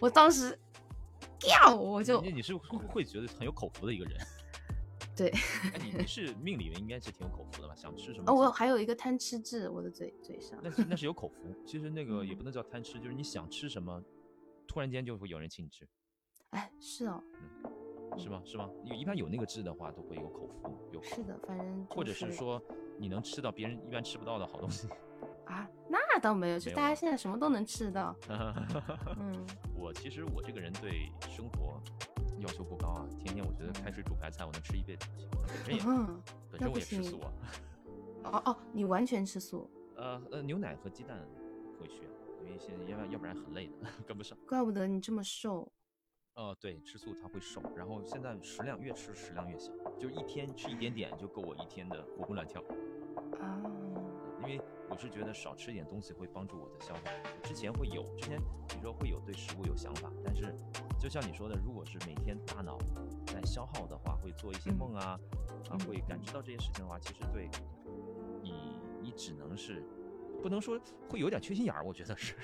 Speaker 2: 我当时，呀，我就
Speaker 1: 你你是会会觉得很有口福的一个人。
Speaker 2: 对
Speaker 1: 哎，你你是命里面应该是挺有口福的吧？想吃什么？
Speaker 2: 啊，我还有一个贪吃痣，我的嘴嘴上。
Speaker 1: 那是那是有口福，其实那个也
Speaker 2: 嗯
Speaker 1: 不能叫贪吃，就是你想吃什么，突然间就会有人请你吃，
Speaker 2: 哎，是哦，
Speaker 1: 是
Speaker 2: 嗯
Speaker 1: 吗？是吗？有一般有那个痣的话，都会有口福，有口
Speaker 2: 是
Speaker 1: 福
Speaker 2: 的，反正就
Speaker 1: 或者是说你能吃到别人一般吃不到的好东西。
Speaker 2: 啊，那倒没有，就
Speaker 1: 没有
Speaker 2: 大家
Speaker 1: 吗
Speaker 2: 现在什么都能吃 到。嗯，
Speaker 1: 我其实我这个人对生活要求不高啊，天天我觉得开水煮白菜我能吃一辈子，本身也
Speaker 2: 嗯，
Speaker 1: 本
Speaker 2: 那
Speaker 1: 身
Speaker 2: 不
Speaker 1: 我也吃
Speaker 2: 行
Speaker 1: 素啊。
Speaker 2: 哦哦，你完全吃素，
Speaker 1: 呃呃，牛奶和鸡蛋会需要，因为现在要不然要不然很累的， 跟不上。
Speaker 2: 怪不得你这么瘦。
Speaker 1: 呃，对，吃素它会瘦，然后现在食量越吃食量越小，就一天吃一点点就够我一天的活蹦乱跳。
Speaker 2: 啊，
Speaker 1: 因为我是觉得少吃一点东西会帮助我的消化。之前会有，之前你说会有对食物有想法，但是就像你说的，如果是每天大脑在消耗的话，会做一些
Speaker 2: 嗯
Speaker 1: 梦啊，啊
Speaker 2: 嗯，
Speaker 1: 会感知到这些事情的话，其实对你，你只能是不能说会有点缺心眼儿，我觉得是。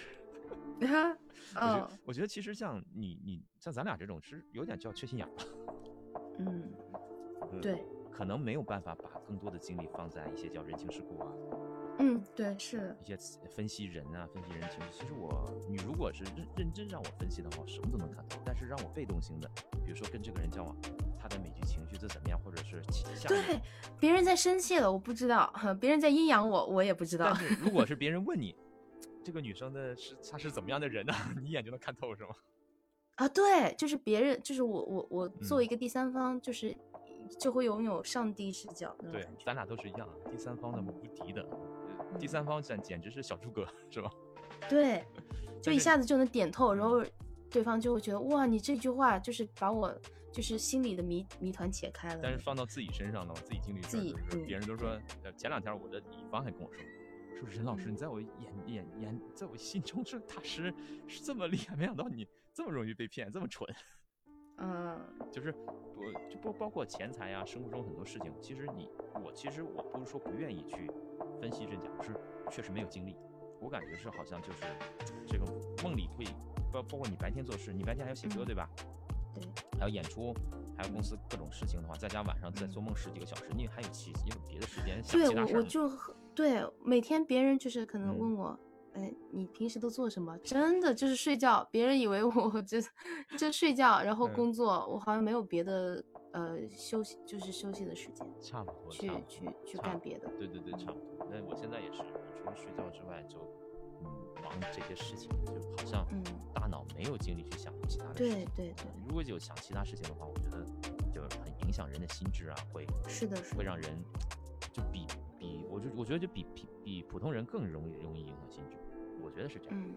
Speaker 1: 我觉
Speaker 2: 哦
Speaker 1: 得，我觉得其实像你你像咱俩这种是有点叫缺心眼儿吧。
Speaker 2: 嗯，
Speaker 1: 嗯
Speaker 2: 对，
Speaker 1: 可能没有办法把更多的精力放在一些叫人情世故啊，
Speaker 2: 嗯，对，是，
Speaker 1: 一些词分析人啊，分析人情绪。其实我，你如果是认认真让我分析的话，我什么都能看透。但是让我被动型的，比如说跟这个人交往，他的每句情绪这怎么样，或者是其下一
Speaker 2: 对
Speaker 1: 步。，
Speaker 2: 别人在生气了，我不知道；别人在阴阳我，我也不知道
Speaker 1: 但。是如果是别人问你，这个女生的是她是怎么样的人呢、 你一眼就能看透是吗？
Speaker 2: 啊，对，就是别人，就是我，我，我作
Speaker 1: 嗯
Speaker 2: 为一个第三方，就是就会拥有上帝视角那种
Speaker 1: 对
Speaker 2: 感，觉。
Speaker 1: 咱俩都是一样啊，第三方的无敌的，呃
Speaker 2: 嗯
Speaker 1: 第三方简简直是小诸葛是吧？
Speaker 2: 对，就
Speaker 1: 但
Speaker 2: 一
Speaker 1: 是
Speaker 2: 下子就能点透，然后对方就会觉得哇，你这句话就是把我就是心里的谜谜团解开了。
Speaker 1: 但是放到自己身上呢，我自己经历的事儿
Speaker 2: 自己
Speaker 1: 就是
Speaker 2: 嗯
Speaker 1: 别人都说，呃，前两天我的乙方还跟我说，说任老师，
Speaker 2: 嗯
Speaker 1: 你在我眼眼眼，在我心中是大师，是这么 厉害，没想到你这么容易被骗，这么蠢。
Speaker 2: 嗯
Speaker 1: 就是我就包包括钱财啊，生活中很多事情，其实你我其实我不是说不愿意去分析真假，我是确实没有精力。我感觉是好像就是这个梦里会包包括你白天做事，你白天还要写歌
Speaker 2: 嗯
Speaker 1: 对吧？
Speaker 2: 对，
Speaker 1: 还有演出，还有公司各种事情的话，再加晚上再做梦十几个小时，你还有其也有别的时间想
Speaker 2: 嗯对
Speaker 1: 其他事儿
Speaker 2: 我我
Speaker 1: 呢。
Speaker 2: 就和对每天别人就是可能
Speaker 1: 嗯
Speaker 2: 问我，哎，你平时都做什么？真的就是睡觉。别人以为我就是就睡觉，然后
Speaker 1: 嗯
Speaker 2: 工作，我好像没有别的呃休息，就是休息的时间
Speaker 1: 差不多，
Speaker 2: 去
Speaker 1: 差不多
Speaker 2: 去去
Speaker 1: 差不
Speaker 2: 干别的。
Speaker 1: 对对对，差不多。那我现在也是，除了睡觉之外，就嗯忙这些事情，就好像
Speaker 2: 嗯
Speaker 1: 大脑没有精力去想其他的事
Speaker 2: 对
Speaker 1: 情。
Speaker 2: 对对，
Speaker 1: 如果有想其他事情的话，我觉得就是很影响人的心智啊，会
Speaker 2: 是的，是
Speaker 1: 会
Speaker 2: 的。
Speaker 1: 让人就比比，我就我觉得就比比比普通人更容易容易影响心智，我觉得是这样。
Speaker 2: 嗯，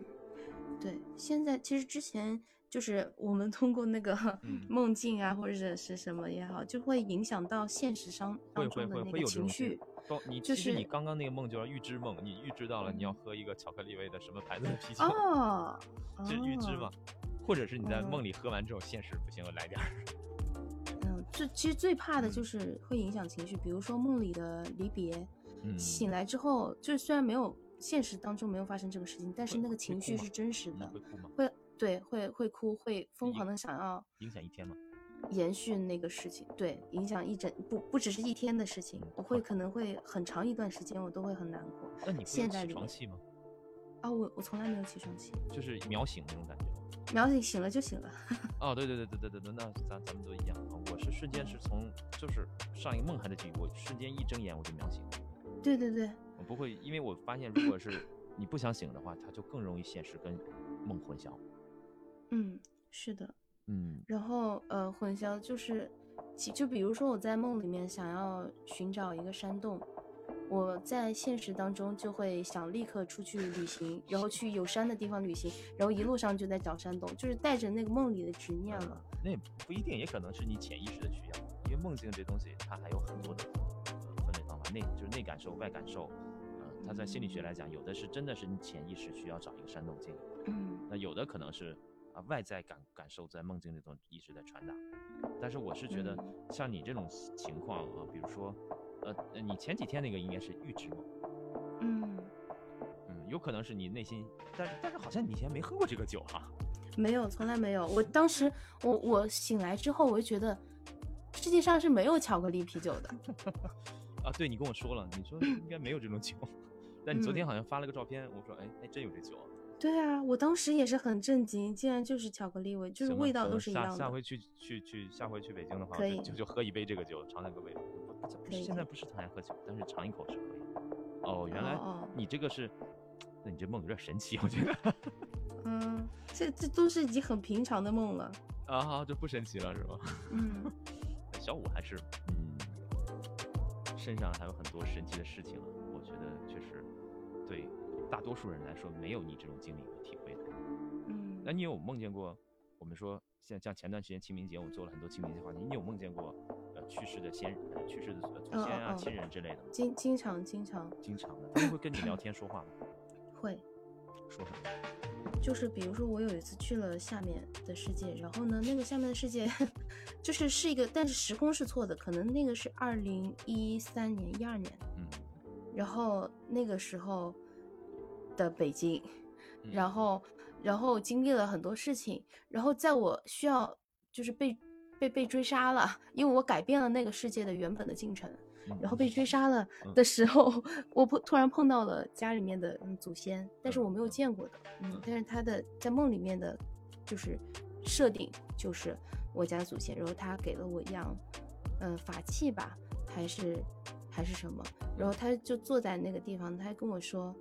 Speaker 2: 对，现在其实之前就是我们通过那个
Speaker 1: 嗯
Speaker 2: 梦境啊，或者是什么也好，就会影响到现实上
Speaker 1: 会会
Speaker 2: 当中的
Speaker 1: 会会
Speaker 2: 那个
Speaker 1: 有这
Speaker 2: 情
Speaker 1: 种事
Speaker 2: 绪。。
Speaker 1: 包你
Speaker 2: 就
Speaker 1: 其实你
Speaker 2: 是嗯
Speaker 1: 刚刚那个梦就叫预知梦，你预知到了你要喝一个巧克力味的什么牌子的啤酒，
Speaker 2: 哦，
Speaker 1: 这是预知
Speaker 2: 哦
Speaker 1: 嘛？或者是你在
Speaker 2: 嗯
Speaker 1: 梦里喝完之后，现实不行了来点 儿。
Speaker 2: 嗯，这其实最怕的
Speaker 1: 嗯
Speaker 2: 就是会影响情绪，比如说梦里的离别，
Speaker 1: 嗯
Speaker 2: 醒来之后，就是虽然没有现实当中没有发生这个事情，但是
Speaker 1: 会
Speaker 2: 那
Speaker 1: 会
Speaker 2: 个情
Speaker 1: 哭
Speaker 2: 绪
Speaker 1: 吗
Speaker 2: 是真实
Speaker 1: 嗯
Speaker 2: 的
Speaker 1: 会，哭吗？
Speaker 2: 会对会会哭，会疯
Speaker 1: 一
Speaker 2: 狂的想要
Speaker 1: 影响一天吗？
Speaker 2: 延续那个事情，对，影响一整不不只是一天的事情
Speaker 1: 嗯，
Speaker 2: 我
Speaker 1: 好
Speaker 2: 会可能会很长一段时间我都会很难过
Speaker 1: 那你会有
Speaker 2: 现在
Speaker 1: 起
Speaker 2: 里
Speaker 1: 床
Speaker 2: 面
Speaker 1: 气吗？
Speaker 2: 啊，我我从来没有起床气，
Speaker 1: 就是秒醒那种感觉吗？
Speaker 2: 秒醒醒了就醒了，
Speaker 1: 哦，对对对对对对对，那咱咱们都一样啊。我是瞬间是从就是上一个梦还在继续，我瞬间一睁眼我就秒醒。
Speaker 2: 对对对，
Speaker 1: 我不会，因为我发现，如果是你不想醒的话，它就更容易现实跟梦混淆。
Speaker 2: 嗯，是的。
Speaker 1: 嗯，
Speaker 2: 然后呃，混淆就是，其就比如说我在梦里面想要寻找一个山洞，我在现实当中就会想立刻出去旅行，然后去有山的地方旅行，然后一路上就在找山洞，就是带着那个梦里的执念了。
Speaker 1: 那也不一定，也可能是你潜意识的需要，因为梦境这东西它还有很多的分类方法，内就是内感受、外感受。呃它在心理学来讲，有的是真的是你潜意识需要找一个山洞进，
Speaker 2: 嗯
Speaker 1: 那有的可能是啊外在感感受在梦境这种意识在传达。但是我是觉得
Speaker 2: 嗯
Speaker 1: 像你这种情况啊，比如说，呃，呃你前几天那个应该是预知梦。
Speaker 2: 嗯，
Speaker 1: 嗯，有可能是你内心，但是但是好像你以前没喝过这个酒哈、
Speaker 2: 没有，从来没有。我当时我我醒来之后，我就觉得世界上是没有巧克力啤酒的。
Speaker 1: 啊。对，你跟我说了，你说应该没有这种酒， 但你昨天
Speaker 2: 嗯
Speaker 1: 好像发了个照片，我说哎哎真有这酒啊，
Speaker 2: 对啊，我当时也是很震惊，竟然就是巧克力味，就是
Speaker 1: 行吧
Speaker 2: 味道
Speaker 1: 可
Speaker 2: 都
Speaker 1: 能
Speaker 2: 是一
Speaker 1: 下
Speaker 2: 样
Speaker 1: 下
Speaker 2: 的。
Speaker 1: 回去去去下回去北京的话，
Speaker 2: 可
Speaker 1: 就
Speaker 2: 以
Speaker 1: 就就喝一杯这个酒，尝尝个味道。不不不
Speaker 2: 可以
Speaker 1: 现在
Speaker 2: 可以
Speaker 1: 不是很爱喝酒，但是尝一口是可以的。哦，原来
Speaker 2: 哦哦
Speaker 1: 你这个是，那你这梦有点神奇，我觉得
Speaker 2: 嗯，这这都是已经很平常的梦了。
Speaker 1: 啊好，这不神奇了是吧？
Speaker 2: 嗯，
Speaker 1: 小五还是嗯，身上还有很多神奇的事情啊，我觉得确实对大多数人来说没有你这种经历和体会的。
Speaker 2: 嗯，
Speaker 1: 那你有梦见过？我们说像像前段时间清明节，我们做了很多清明节话题，你有梦见过呃去世的先呃去世的祖祖
Speaker 2: 嗯
Speaker 1: 先啊、
Speaker 2: 嗯嗯
Speaker 1: 亲人之类的吗？
Speaker 2: 经经常经常
Speaker 1: 经常 的，他们会跟你聊天说话吗？
Speaker 2: 会，
Speaker 1: 说什么？
Speaker 2: 就是比如说我有一次去了下面的世界，然后呢，那个下面的世界 就是是一个，但是时空是错的，可能那个是二零一三年、一二年，
Speaker 1: 嗯，
Speaker 2: 然后那个时候的北京，
Speaker 1: 嗯
Speaker 2: 然后然后经历了很多事情，然后在我需要就是被被被追杀了，因为我改变了那个世界的原本的进程。
Speaker 1: 嗯
Speaker 2: 然后被追杀了
Speaker 1: 嗯
Speaker 2: 的时候， 我碰突然碰到了家里面的嗯祖先，但是
Speaker 1: 嗯
Speaker 2: 我没有见过的，嗯
Speaker 1: 嗯，
Speaker 2: 但是他的在梦里面的，就是设定就是我家的祖先，然后他给了我一样，嗯、法器吧，还是还是什么，
Speaker 1: 嗯
Speaker 2: 然后他就坐在那个地方，他还跟我说，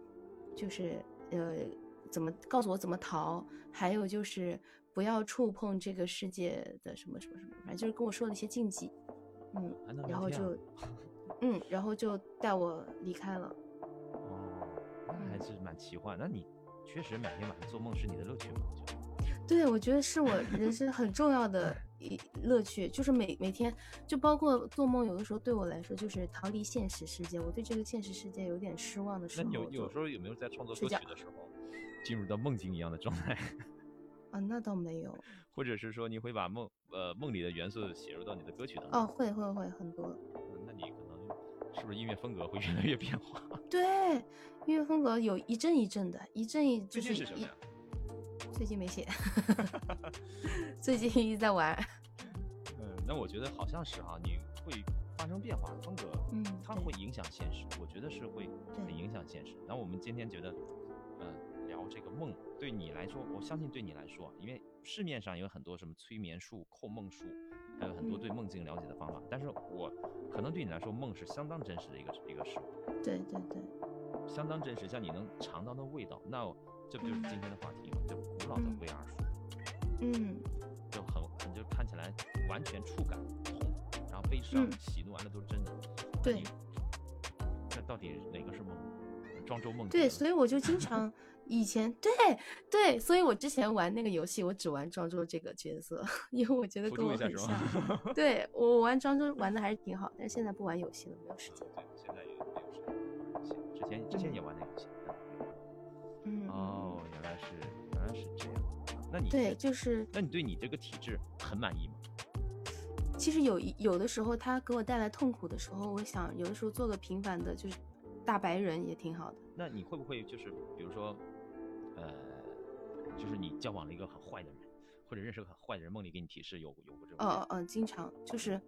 Speaker 2: 就是呃怎么告诉我怎么逃，还有就是不要触碰这个世界的什么什么什么，反正就是跟我说了一些禁忌，嗯。
Speaker 1: 还能
Speaker 2: 然
Speaker 1: 聊
Speaker 2: 后
Speaker 1: 天啊
Speaker 2: 就，嗯，然后就带我离开了。
Speaker 1: 哦，那还是蛮奇幻。那你确实每天晚上做梦是你的乐趣吗？我觉得。
Speaker 2: 对，我觉得是我人生很重 要的一乐趣，就是每每天，就包括做梦，有的时候对我来说就是逃离现实世界。我对这个现实世界有点失望的时
Speaker 1: 那
Speaker 2: 候
Speaker 1: 你
Speaker 2: 就，
Speaker 1: 有有时候有没有在创作歌
Speaker 2: 睡觉
Speaker 1: 曲的时候，进入到梦境一样的状态，
Speaker 2: 啊，那倒没有，
Speaker 1: 或者是说你会把梦呃梦里的元素写入到你的歌曲当中？
Speaker 2: 哦，会会会很多。
Speaker 1: 嗯那你可能是不是音乐风格会越来越变化？
Speaker 2: 对，音乐风格有一阵一阵的，一阵一
Speaker 1: 最
Speaker 2: 就
Speaker 1: 近
Speaker 2: 是
Speaker 1: 是什么
Speaker 2: 一
Speaker 1: 呀？
Speaker 2: 最近没写， 最近一直在玩。
Speaker 1: 嗯，那我觉得好像是哈、你会发生变化，风格，
Speaker 2: 嗯
Speaker 1: 它
Speaker 2: 对
Speaker 1: 会影响现实，我觉得是会很
Speaker 2: 对
Speaker 1: 影响现实。然后我们今天觉得，呃，聊这个梦，对你来说，我相信对你来说啊，因为市面上有很多什么催眠术、扣梦术，还有很多
Speaker 2: 嗯
Speaker 1: 对梦境了解的方法，但是我可能对你来说，梦是相当真实的一个一个事物，
Speaker 2: 对对对，
Speaker 1: 相当真实，像你能尝到那味道，那我这不就是
Speaker 2: 嗯
Speaker 1: 今天的话题吗？这古老的
Speaker 2: 嗯
Speaker 1: VR 术。
Speaker 2: 嗯
Speaker 1: 就很很就看起来完全触感痛，然后悲伤、
Speaker 2: 嗯
Speaker 1: 喜怒完了都是真的。那
Speaker 2: 对
Speaker 1: 你，那到底哪个是梦？庄周梦
Speaker 2: 对，所
Speaker 1: 以
Speaker 2: 以我就经常以前对对，所以我之前玩那个游戏，我只玩庄周这个角色，因为我觉得
Speaker 3: 辅
Speaker 2: 跟
Speaker 3: 助
Speaker 2: 我
Speaker 3: 一下
Speaker 2: 很
Speaker 3: 是
Speaker 2: 像。
Speaker 3: 吧？
Speaker 2: 对我玩庄周玩的还是挺好，但是现在不玩游戏了，没有时间。
Speaker 1: 对，现在也没有时间玩游戏，之前之前也玩那游戏。
Speaker 2: 嗯，
Speaker 1: 哦，原来是原来是这样。那你
Speaker 2: 对，
Speaker 1: 是
Speaker 2: 就是
Speaker 1: 那你对你这个体质很满意吗？
Speaker 2: 其实有一有的时候它给我带来痛苦的时候，我想有的时候做个平凡的，就是大白人也挺好的。
Speaker 1: 那你会不会就是比如说，呃，就是你交往了一个很坏的人，或者认识个很坏的人，梦里给你提示有有过这种
Speaker 2: 哦
Speaker 1: 事？
Speaker 2: 哦哦，经常就是，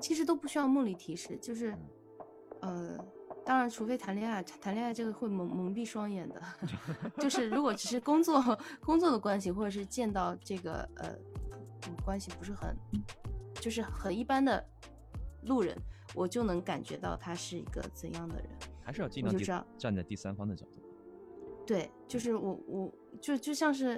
Speaker 2: 其实都不需要梦里提示，就是，呃，当然，除非谈恋爱，谈恋爱这个会蒙蒙蔽双眼的， 就是如果只是工作工作的关系，或者是见到这个呃嗯关系不是很，就是很一般的路人，我就能感觉到他是一个怎样的人。
Speaker 1: 还是要尽
Speaker 2: 我
Speaker 1: 量
Speaker 2: 就
Speaker 1: 第
Speaker 2: 知道
Speaker 1: 站在第三方的角度。
Speaker 2: 对，就是我我就就像是。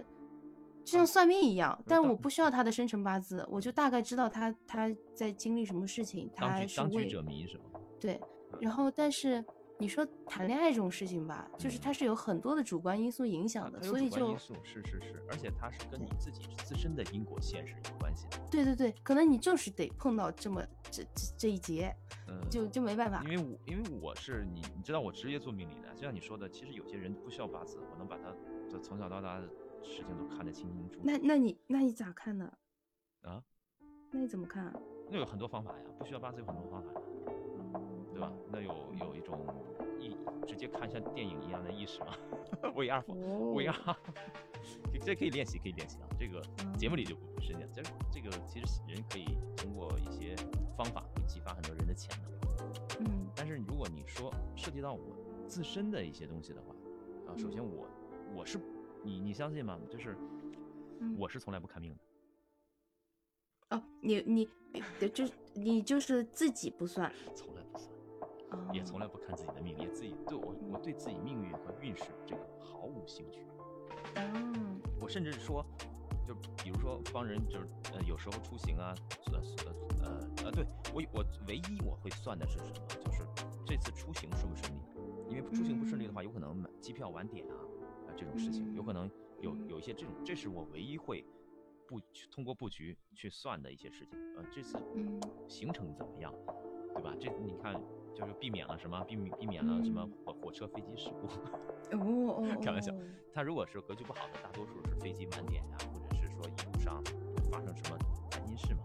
Speaker 1: 啊
Speaker 2: 就像算命一样，但
Speaker 1: 当
Speaker 2: 我不需要他的生辰八字，我就大概知道他他在经历什么事情，
Speaker 1: 当
Speaker 2: 他
Speaker 1: 局
Speaker 2: 是
Speaker 1: 当局
Speaker 2: 为
Speaker 1: 者迷是吗？
Speaker 2: 对
Speaker 1: 嗯，
Speaker 2: 然后但是你说谈恋爱这种事情吧，就是它是有很多的主观因素影响
Speaker 1: 嗯它
Speaker 2: 的，
Speaker 1: 有
Speaker 2: 所以
Speaker 1: 主观
Speaker 2: 就
Speaker 1: 因素是是是，而且它是跟你自己自身的因果线是有关系的。
Speaker 2: 对对对，可能你就是得碰到这么这这这一劫，
Speaker 1: 嗯，
Speaker 2: 就啊就没办法
Speaker 1: 因。为我因为我是你，你知道我职业做命理的，就像你说的，其实有些人不需要八字，我能把他就从小到大的事情都看得清清楚楚。
Speaker 2: 那那你那你咋看的？
Speaker 1: 啊，
Speaker 2: 那你怎么看啊？
Speaker 1: 那有很多方法呀，不需要八字有很多方法呀，
Speaker 2: 嗯
Speaker 1: 对吧？那有有一种意，直接看像电影一样的意识 嘛，VR 法
Speaker 2: 哦
Speaker 1: VR，这可以练习，可以练习啊。这个节目里就不深讲，这这个其实人可以通过一些方法会激发很多人的潜能。
Speaker 2: 嗯
Speaker 1: 但是如果你说涉及到我自身的一些东西的话，啊，首先我我是你你相信吗？就是
Speaker 2: 嗯
Speaker 1: 我是从来不看病的，
Speaker 2: 哦，你你对就是你就是自己不算，
Speaker 1: 从来不算，
Speaker 2: 哦、
Speaker 1: 也从来不看自己的命，也自己对我我对自己命运和运势这个毫无兴趣。
Speaker 2: 哦
Speaker 1: 我甚至说，就比如说帮人，就是呃，有时候出行啊，呃呃呃呃，对我我唯一我会算的是什么？就是这次出行顺不顺利？因为出行不顺利的话，有可能买机票晚点啊，啊、这种事情，有可能有有一些这种，这是我唯一会布局通过布局去算的一些事情。呃，这次
Speaker 2: 嗯
Speaker 1: 行程怎么样？对吧？这你看。就是避免了什么，避免避免了什么
Speaker 2: 嗯
Speaker 1: 火火车、飞机事故，
Speaker 2: 哦哦，
Speaker 1: 开玩笑
Speaker 2: 哦
Speaker 1: 他如果是格局不好的，大多数是飞机晚点呀、或者是说一路上发生什么烦心事嘛。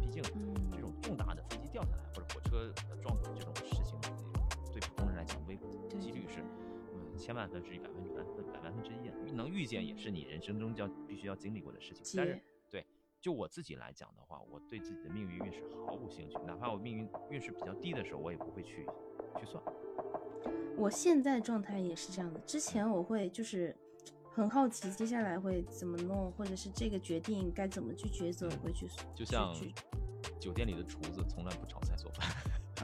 Speaker 1: 毕竟
Speaker 2: 嗯
Speaker 1: 这种重大的飞机掉下来或者火车呃撞毁这种事情，对普通人来讲，微
Speaker 2: 对
Speaker 1: 几率
Speaker 2: 对
Speaker 1: 是嗯千万分之一、百分之百分百万分之一啊。能遇见也是你人生中要必须要经历过的事情。但是
Speaker 2: 劫
Speaker 1: 对，就我自己来讲的话，我对自己的命运运势毫无兴趣，哪怕我命运运势比较低的时候，我也不会去去算。
Speaker 2: 我现在状态也是这样的，之前我会就是很好奇接下来会怎么弄，或者是这个决定该怎么去抉择，我会去
Speaker 1: 嗯就像
Speaker 2: 去去
Speaker 1: 酒店里的厨子从来不炒菜做饭。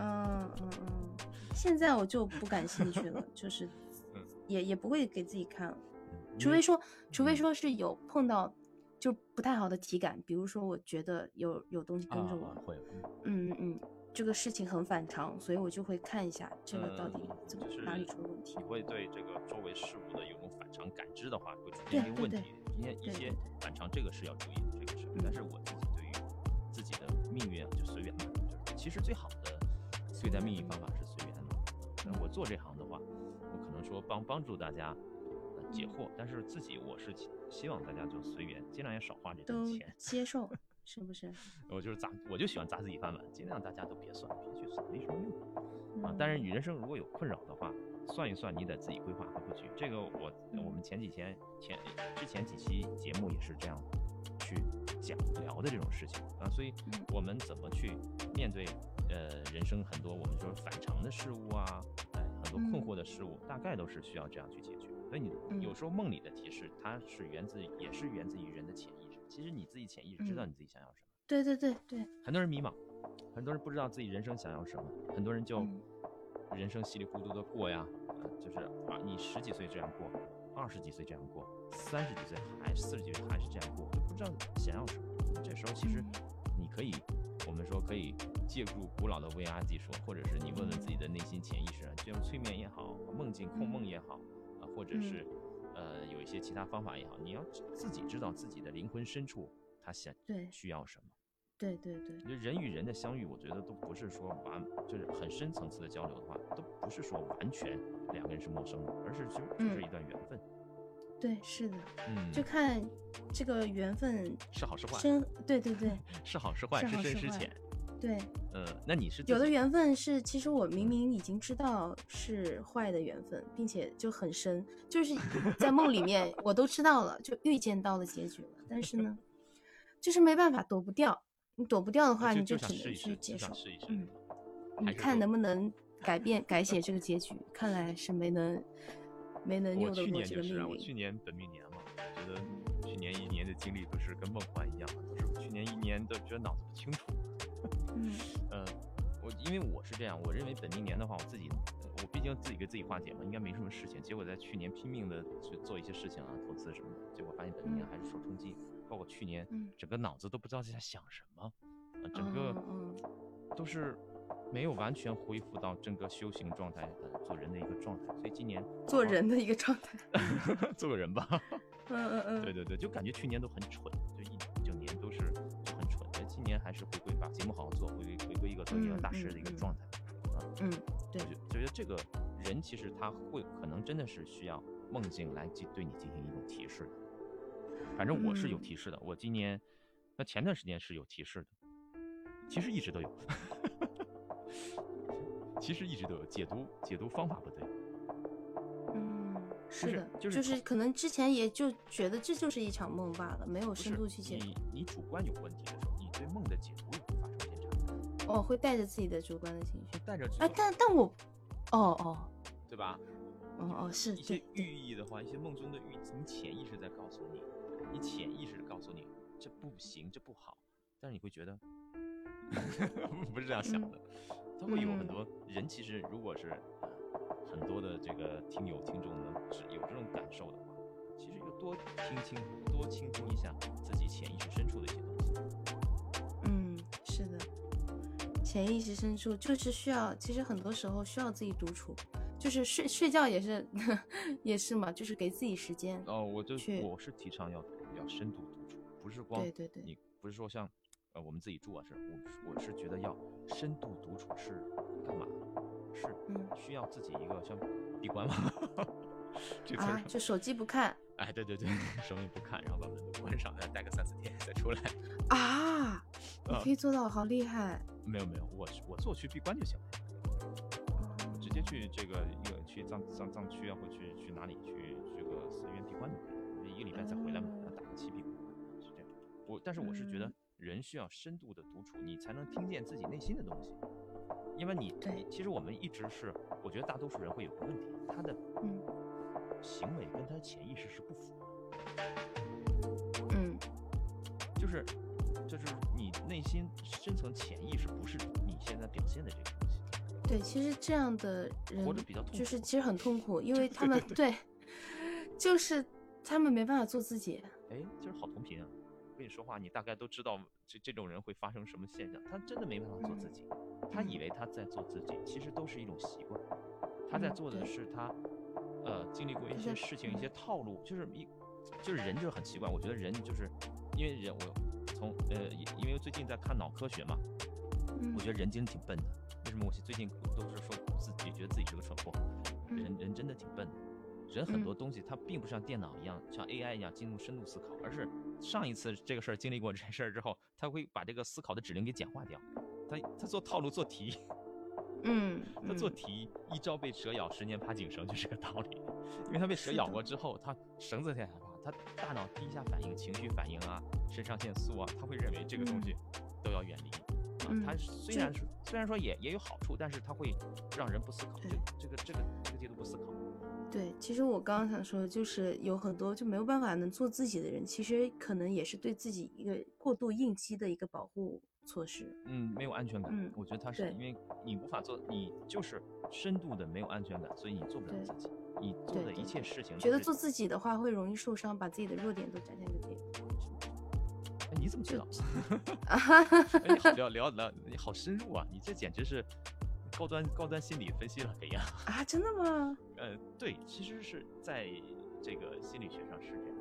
Speaker 2: 嗯嗯嗯，现在我就不感兴趣 了，就是
Speaker 1: 嗯
Speaker 2: 也也不会给自己看了，
Speaker 1: 嗯
Speaker 2: 除
Speaker 1: 因为
Speaker 2: 非说除非
Speaker 1: 嗯
Speaker 2: 说是有碰到就不太好的体感，比如说我觉得有有东西跟着我
Speaker 1: 啊
Speaker 2: 了，
Speaker 1: 会嗯
Speaker 2: 嗯嗯，这个事情很反常，所以我就会看一下这个到底
Speaker 1: 嗯
Speaker 2: 怎么、
Speaker 1: 就是
Speaker 2: 哪里出了问题
Speaker 1: 你。会对这个周围事物的有种反常感知的话，会出现
Speaker 2: 对
Speaker 1: 一定
Speaker 2: 对
Speaker 1: 问
Speaker 2: 对
Speaker 1: 题。一些一
Speaker 2: 对
Speaker 1: 些
Speaker 2: 对嗯
Speaker 1: 反常，这个是要注意的，这个是。但是我自己对于自己的命运啊，就随缘吧。就是其实最好的对待命运方法是随缘的。那我做这行的话，我可能说帮帮助大家。呃
Speaker 2: 嗯
Speaker 1: 解惑，但是自己我是希希望大家就随缘，尽量也少花这
Speaker 2: 都
Speaker 1: 份钱。
Speaker 2: 接受是不是？
Speaker 1: 我就是砸，我就喜欢砸自己饭碗，尽量大家都别算，别去算，没什么用。 啊，
Speaker 2: 嗯
Speaker 1: 但是你人生如果有困扰的话，算一算你得自己规划和布局。这个我我
Speaker 2: 嗯
Speaker 1: 们前几天前之前几期节目也是这样去讲聊的这种事情啊，所以
Speaker 2: 嗯
Speaker 1: 我们怎么去面对呃人生很多我们说反常的事物啊，哎很多困
Speaker 2: 嗯
Speaker 1: 惑的事物，大概都是需要这样去解决。所以
Speaker 2: 嗯
Speaker 1: 你有时候梦里的提示，它是源自于也是源自于人的潜意识。其实你自己潜意识知道
Speaker 2: 嗯
Speaker 1: 你自己想要什么。
Speaker 2: 对对对对，
Speaker 1: 很多人迷茫，很多人不知道自己人生想要什么，很多人就
Speaker 2: 嗯
Speaker 1: 人生稀里糊涂的过呀，呃，就是啊，你十几岁这样过，二十几岁这样过，三十几岁还是四十几岁还是这样过，就不知道想要什么。这时候其实
Speaker 2: 嗯
Speaker 1: 你可以，我们说可以借助古老的 VR 技术，或者是你问问自己的内心潜意识，就用催眠也好，梦境控梦也好，啊，或者
Speaker 2: 嗯
Speaker 1: 是呃，有一些其他方法也好，你要知自己知道自己的灵魂深处他想
Speaker 2: 对
Speaker 1: 需要什么。
Speaker 2: 对对对，
Speaker 1: 就人与人的相遇，我觉得都不是说完，就是很深层次的交流的话，都不是说完全两个人是陌生的，而是就就是
Speaker 2: 嗯
Speaker 1: 一段缘分。
Speaker 2: 对是的，
Speaker 1: 嗯，
Speaker 2: 就看这个缘分
Speaker 1: 是好是坏，
Speaker 2: 深，对对对
Speaker 1: 是好是坏，
Speaker 2: 是
Speaker 1: 是
Speaker 2: 好
Speaker 1: 深
Speaker 2: 是
Speaker 1: 是
Speaker 2: 坏
Speaker 1: 浅。
Speaker 2: 对，
Speaker 1: 呃，那你是自
Speaker 2: 有的
Speaker 1: 己
Speaker 2: 缘分是，其实我明明已经知道是坏的缘分，并且就很深，就是 在梦里面我都知道了，就预见到了结局了。但是呢，就是没办法躲不掉，你躲不掉的话，
Speaker 1: 就
Speaker 2: 你
Speaker 1: 就
Speaker 2: 只
Speaker 1: 想试
Speaker 2: 能
Speaker 1: 一试，
Speaker 2: 去
Speaker 1: 就
Speaker 2: 接受
Speaker 1: 想。试一试。
Speaker 2: 嗯
Speaker 1: 还
Speaker 2: 你
Speaker 1: 是
Speaker 2: 看
Speaker 1: 说
Speaker 2: 能不能改变改写这个结局？看来是没能没能
Speaker 1: 我
Speaker 2: 拗得
Speaker 1: 去
Speaker 2: 过
Speaker 1: 年
Speaker 2: 这
Speaker 1: 就
Speaker 2: 个
Speaker 1: 是啊，
Speaker 2: 命
Speaker 1: 我
Speaker 2: 运。
Speaker 1: 去年本命年嘛，我觉得去年一年的经历不是跟梦幻一样嘛，就是我去年一年都觉得脑子不清楚。
Speaker 2: 嗯
Speaker 1: 呃，我因为我是这样，我认为本命年的话，我自己呃我毕竟自己给自己化解嘛，应该没什么事情。结果在去年拼命的去做一些事情啊，投资什么的，结果发现本命年
Speaker 2: 嗯
Speaker 1: 还是受冲击，包括去年
Speaker 2: 嗯
Speaker 1: 整个脑子都不知道在想什么，呃整个
Speaker 2: 嗯嗯
Speaker 1: 都是没有完全恢复到整个修行状态，呃，做人的一个状态。所以今年
Speaker 2: 做人的一个状态。
Speaker 1: 做个人吧。
Speaker 2: 嗯嗯嗯，
Speaker 1: 对对对，就感觉去年都很蠢，就一整年都是就很蠢，但今年还是回归把节目好好做，回归回归一个做一个
Speaker 2: 嗯
Speaker 1: 大
Speaker 2: 嗯
Speaker 1: 师的一个
Speaker 2: 嗯
Speaker 1: 状态。啊，
Speaker 2: 嗯
Speaker 1: 我
Speaker 2: 对
Speaker 1: 觉觉得这个人其实他会可能真的是需要梦境来进对你进行一种提示的。反正我是有
Speaker 2: 嗯
Speaker 1: 提示的，我今年那前段时间是有提示的，其实一直都有， 其实一直都有，解读解读方法不对。
Speaker 2: 嗯，是
Speaker 1: 是
Speaker 2: 的，
Speaker 1: 就是从
Speaker 2: 可能之前也就觉得这就是一场梦罢了，没有
Speaker 1: 不
Speaker 2: 深
Speaker 1: 是
Speaker 2: 度去解
Speaker 1: 你你主观有问题的时候，你对梦的解读也会发生偏差，
Speaker 2: 读，哦，会带着自己的主观的情绪。
Speaker 1: 带着这
Speaker 2: 哎，
Speaker 1: 种
Speaker 2: 但但我，哦哦
Speaker 1: 对吧？
Speaker 2: 哦哦，是
Speaker 1: 一些
Speaker 2: 对
Speaker 1: 寓意的话，一些梦中的寓，你潜意识在告诉你，你潜意识地告诉你这不行，这不好，但是你会觉得 不是这样想的，他会有很
Speaker 2: 嗯
Speaker 1: 多人其实如果是呃很多的这个听友听众能是有这种感受的话，其实就多听听，多倾听一下自己潜意识深处的一些东西。
Speaker 2: 嗯，是的，潜意识深处就是需要，其实很多时候需要自己独处，就是睡睡觉也是 也是嘛，就是给自己时间。
Speaker 1: 哦，我就是我是提倡要要深度独处，不是光
Speaker 2: 对对对，
Speaker 1: 你不是说像呃我们自己住啊，是我是我是觉得要深度独处是干嘛？是
Speaker 2: 嗯
Speaker 1: 需要自己一个像闭关吗？ 这词儿
Speaker 2: 啊，
Speaker 1: 是
Speaker 2: 就手机不看
Speaker 1: 哎，对对对， 什么也不看，然后把门都关上，再待个三四天再出来。
Speaker 2: 啊，你
Speaker 1: 啊
Speaker 2: 可以做到，好厉害！
Speaker 1: 没有没有，我我做去闭关就行了，我直接去这个一个去藏藏藏区啊，或去去哪里去这个寺院闭关就可以了，一个礼拜再回来嘛，然后打个七闭关是这样。我但是我是觉得
Speaker 2: 嗯
Speaker 1: 人需要深度的独处，你才能听见自己内心的东西。因为你
Speaker 2: 对
Speaker 1: 你其实我们一直是，我觉得大多数人会有个问题，他的
Speaker 2: 嗯
Speaker 1: 行为跟他的潜意识是不符的。
Speaker 2: 嗯
Speaker 1: 就是就是你内心深层潜意识不是你现在表现的这个东西，
Speaker 2: 对，其实这样的人
Speaker 1: 活着比较痛
Speaker 2: 就是
Speaker 1: 苦
Speaker 2: 其实很痛苦， 因为他们对就是他们没办法做自己。
Speaker 1: 哎，今儿好同频啊！跟你说话，你大概都知道这这种人会发生什么现象。他真的没办法做自己，他以为他在做自己，其实都是一种习惯。他在
Speaker 2: 嗯
Speaker 1: 做的
Speaker 2: 对
Speaker 1: 是他，呃，经历过一
Speaker 2: 他
Speaker 1: 些
Speaker 2: 在
Speaker 1: 事情、一
Speaker 2: 嗯
Speaker 1: 些套路，就是一，就是人就是很奇怪。我觉得人就是，因为人我从呃，因因为最近在看脑科学嘛，
Speaker 2: 嗯
Speaker 1: 我觉得人真的挺笨的。为什么我最近都是说自己觉得自己是个蠢货？
Speaker 2: 嗯
Speaker 1: 人人真的挺笨的。人很
Speaker 2: 嗯
Speaker 1: 多东西，它并不像电脑一样，像 AI 一样进入深度思考，而是上一次这个事儿经历过这事儿之后，他会把这个思考的指令给简化掉。他他做套路做题，
Speaker 2: 嗯，
Speaker 1: 他做
Speaker 2: 嗯
Speaker 1: 题一朝被蛇咬，十年怕井绳，就这个道理。因为他被蛇
Speaker 2: 是的
Speaker 1: 咬过之后，他绳子太害怕，他大脑第一下反应、情绪反应啊、肾上腺素啊，他会认为这个东
Speaker 2: 嗯
Speaker 1: 西都要远离。啊，
Speaker 2: 嗯
Speaker 1: 它虽
Speaker 2: 这
Speaker 1: 然是虽然说也也有好处，但是它会让人不思考，这
Speaker 2: 对
Speaker 1: 这个这个这个阶段不思考。
Speaker 2: 对，其实我刚刚想说的就是有很多就没有办法能做自己的人，其实可能也是对自己一个过度应激的一个保护措施。
Speaker 1: 嗯，没有安全感。
Speaker 2: 嗯
Speaker 1: 我觉得他是
Speaker 2: 对
Speaker 1: 因为你无法做，你就是深度的没有安全感，所以你做不了
Speaker 2: 对
Speaker 1: 自己。你做
Speaker 2: 对
Speaker 1: 的一
Speaker 2: 对
Speaker 1: 切事情都
Speaker 2: 觉得
Speaker 1: 是
Speaker 2: 做自己的话会容易受伤，把自己的弱点都展现给别人。
Speaker 1: 哎，你怎么知
Speaker 2: 就
Speaker 1: 道？哎，你好聊聊聊，你好深入啊！你这简直是高端高端心理分析了，哎呀。
Speaker 2: 啊，真的吗？
Speaker 1: 呃，对，其实是在这个心理学上是这样。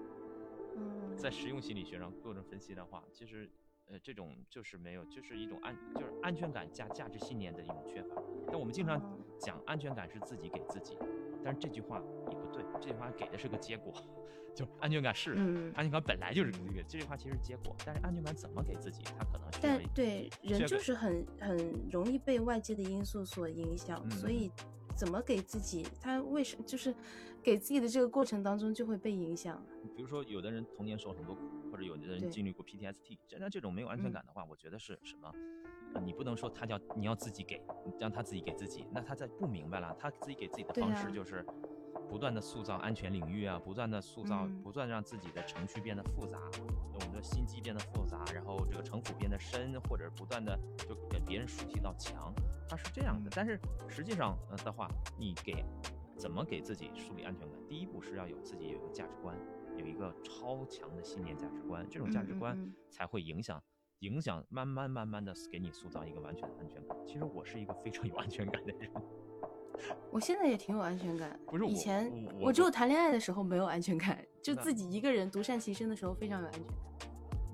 Speaker 2: 嗯
Speaker 1: 在实用心理学上做成分析的话，其实呃，这种就是没有，就是一种安，就是安全感加价值信念的一种缺乏。但我们经常
Speaker 2: 哦
Speaker 1: 讲安全感是自己给自己，但是这句话也不对，这句话给的是个结果， 就是安全感是、
Speaker 2: 嗯，
Speaker 1: 安全感本来就是这个，这句话其实是结果，但是安全感怎么给自己，它可能是
Speaker 2: 但
Speaker 1: 为
Speaker 2: 对人
Speaker 1: 这
Speaker 2: 就
Speaker 1: 个
Speaker 2: 是很很容易被外界的因素所影响，所
Speaker 1: 嗯
Speaker 2: 以怎么给自己，他为什就是给自己的这个过程当中就会被影响。
Speaker 1: 比如说有的人童年受很多苦，或者有的
Speaker 2: 对
Speaker 1: 人经历过 PTSD，真的这种没有安全
Speaker 2: 嗯
Speaker 1: 感的话，我觉得是什么？呃你不能说他叫你要自己给，让他自己给自己，那他在不明白了，他自己给自己的
Speaker 2: 对
Speaker 1: 方
Speaker 2: 啊
Speaker 1: 式就是不断的塑造安全领域啊，不断的塑造，
Speaker 2: 嗯
Speaker 1: 不断地让自己的程序变得复杂，我们的心机变得复杂，然后这个城府变得深，或者不断的就给别人竖起一道墙，它是这样
Speaker 2: 嗯
Speaker 1: 的。但是实际上呃的话，你给怎么给自己树立安全感？第一步是要有自己有一个价值观，有一个超强的信念价值观，这种价值
Speaker 2: 嗯嗯
Speaker 1: 观
Speaker 2: 嗯
Speaker 1: 才会影响。影响慢慢慢慢的给你塑造一个完全的安全感。其实我是一个非常有安全感的人，
Speaker 2: 我现在也挺有安全感，
Speaker 1: 不是
Speaker 2: 以
Speaker 1: 我
Speaker 2: 前
Speaker 1: 我
Speaker 2: 我
Speaker 1: 我
Speaker 2: 只有谈恋爱的时候没有安全感，就
Speaker 1: 那
Speaker 2: 自己一个人独善其身的时候非常有安全感。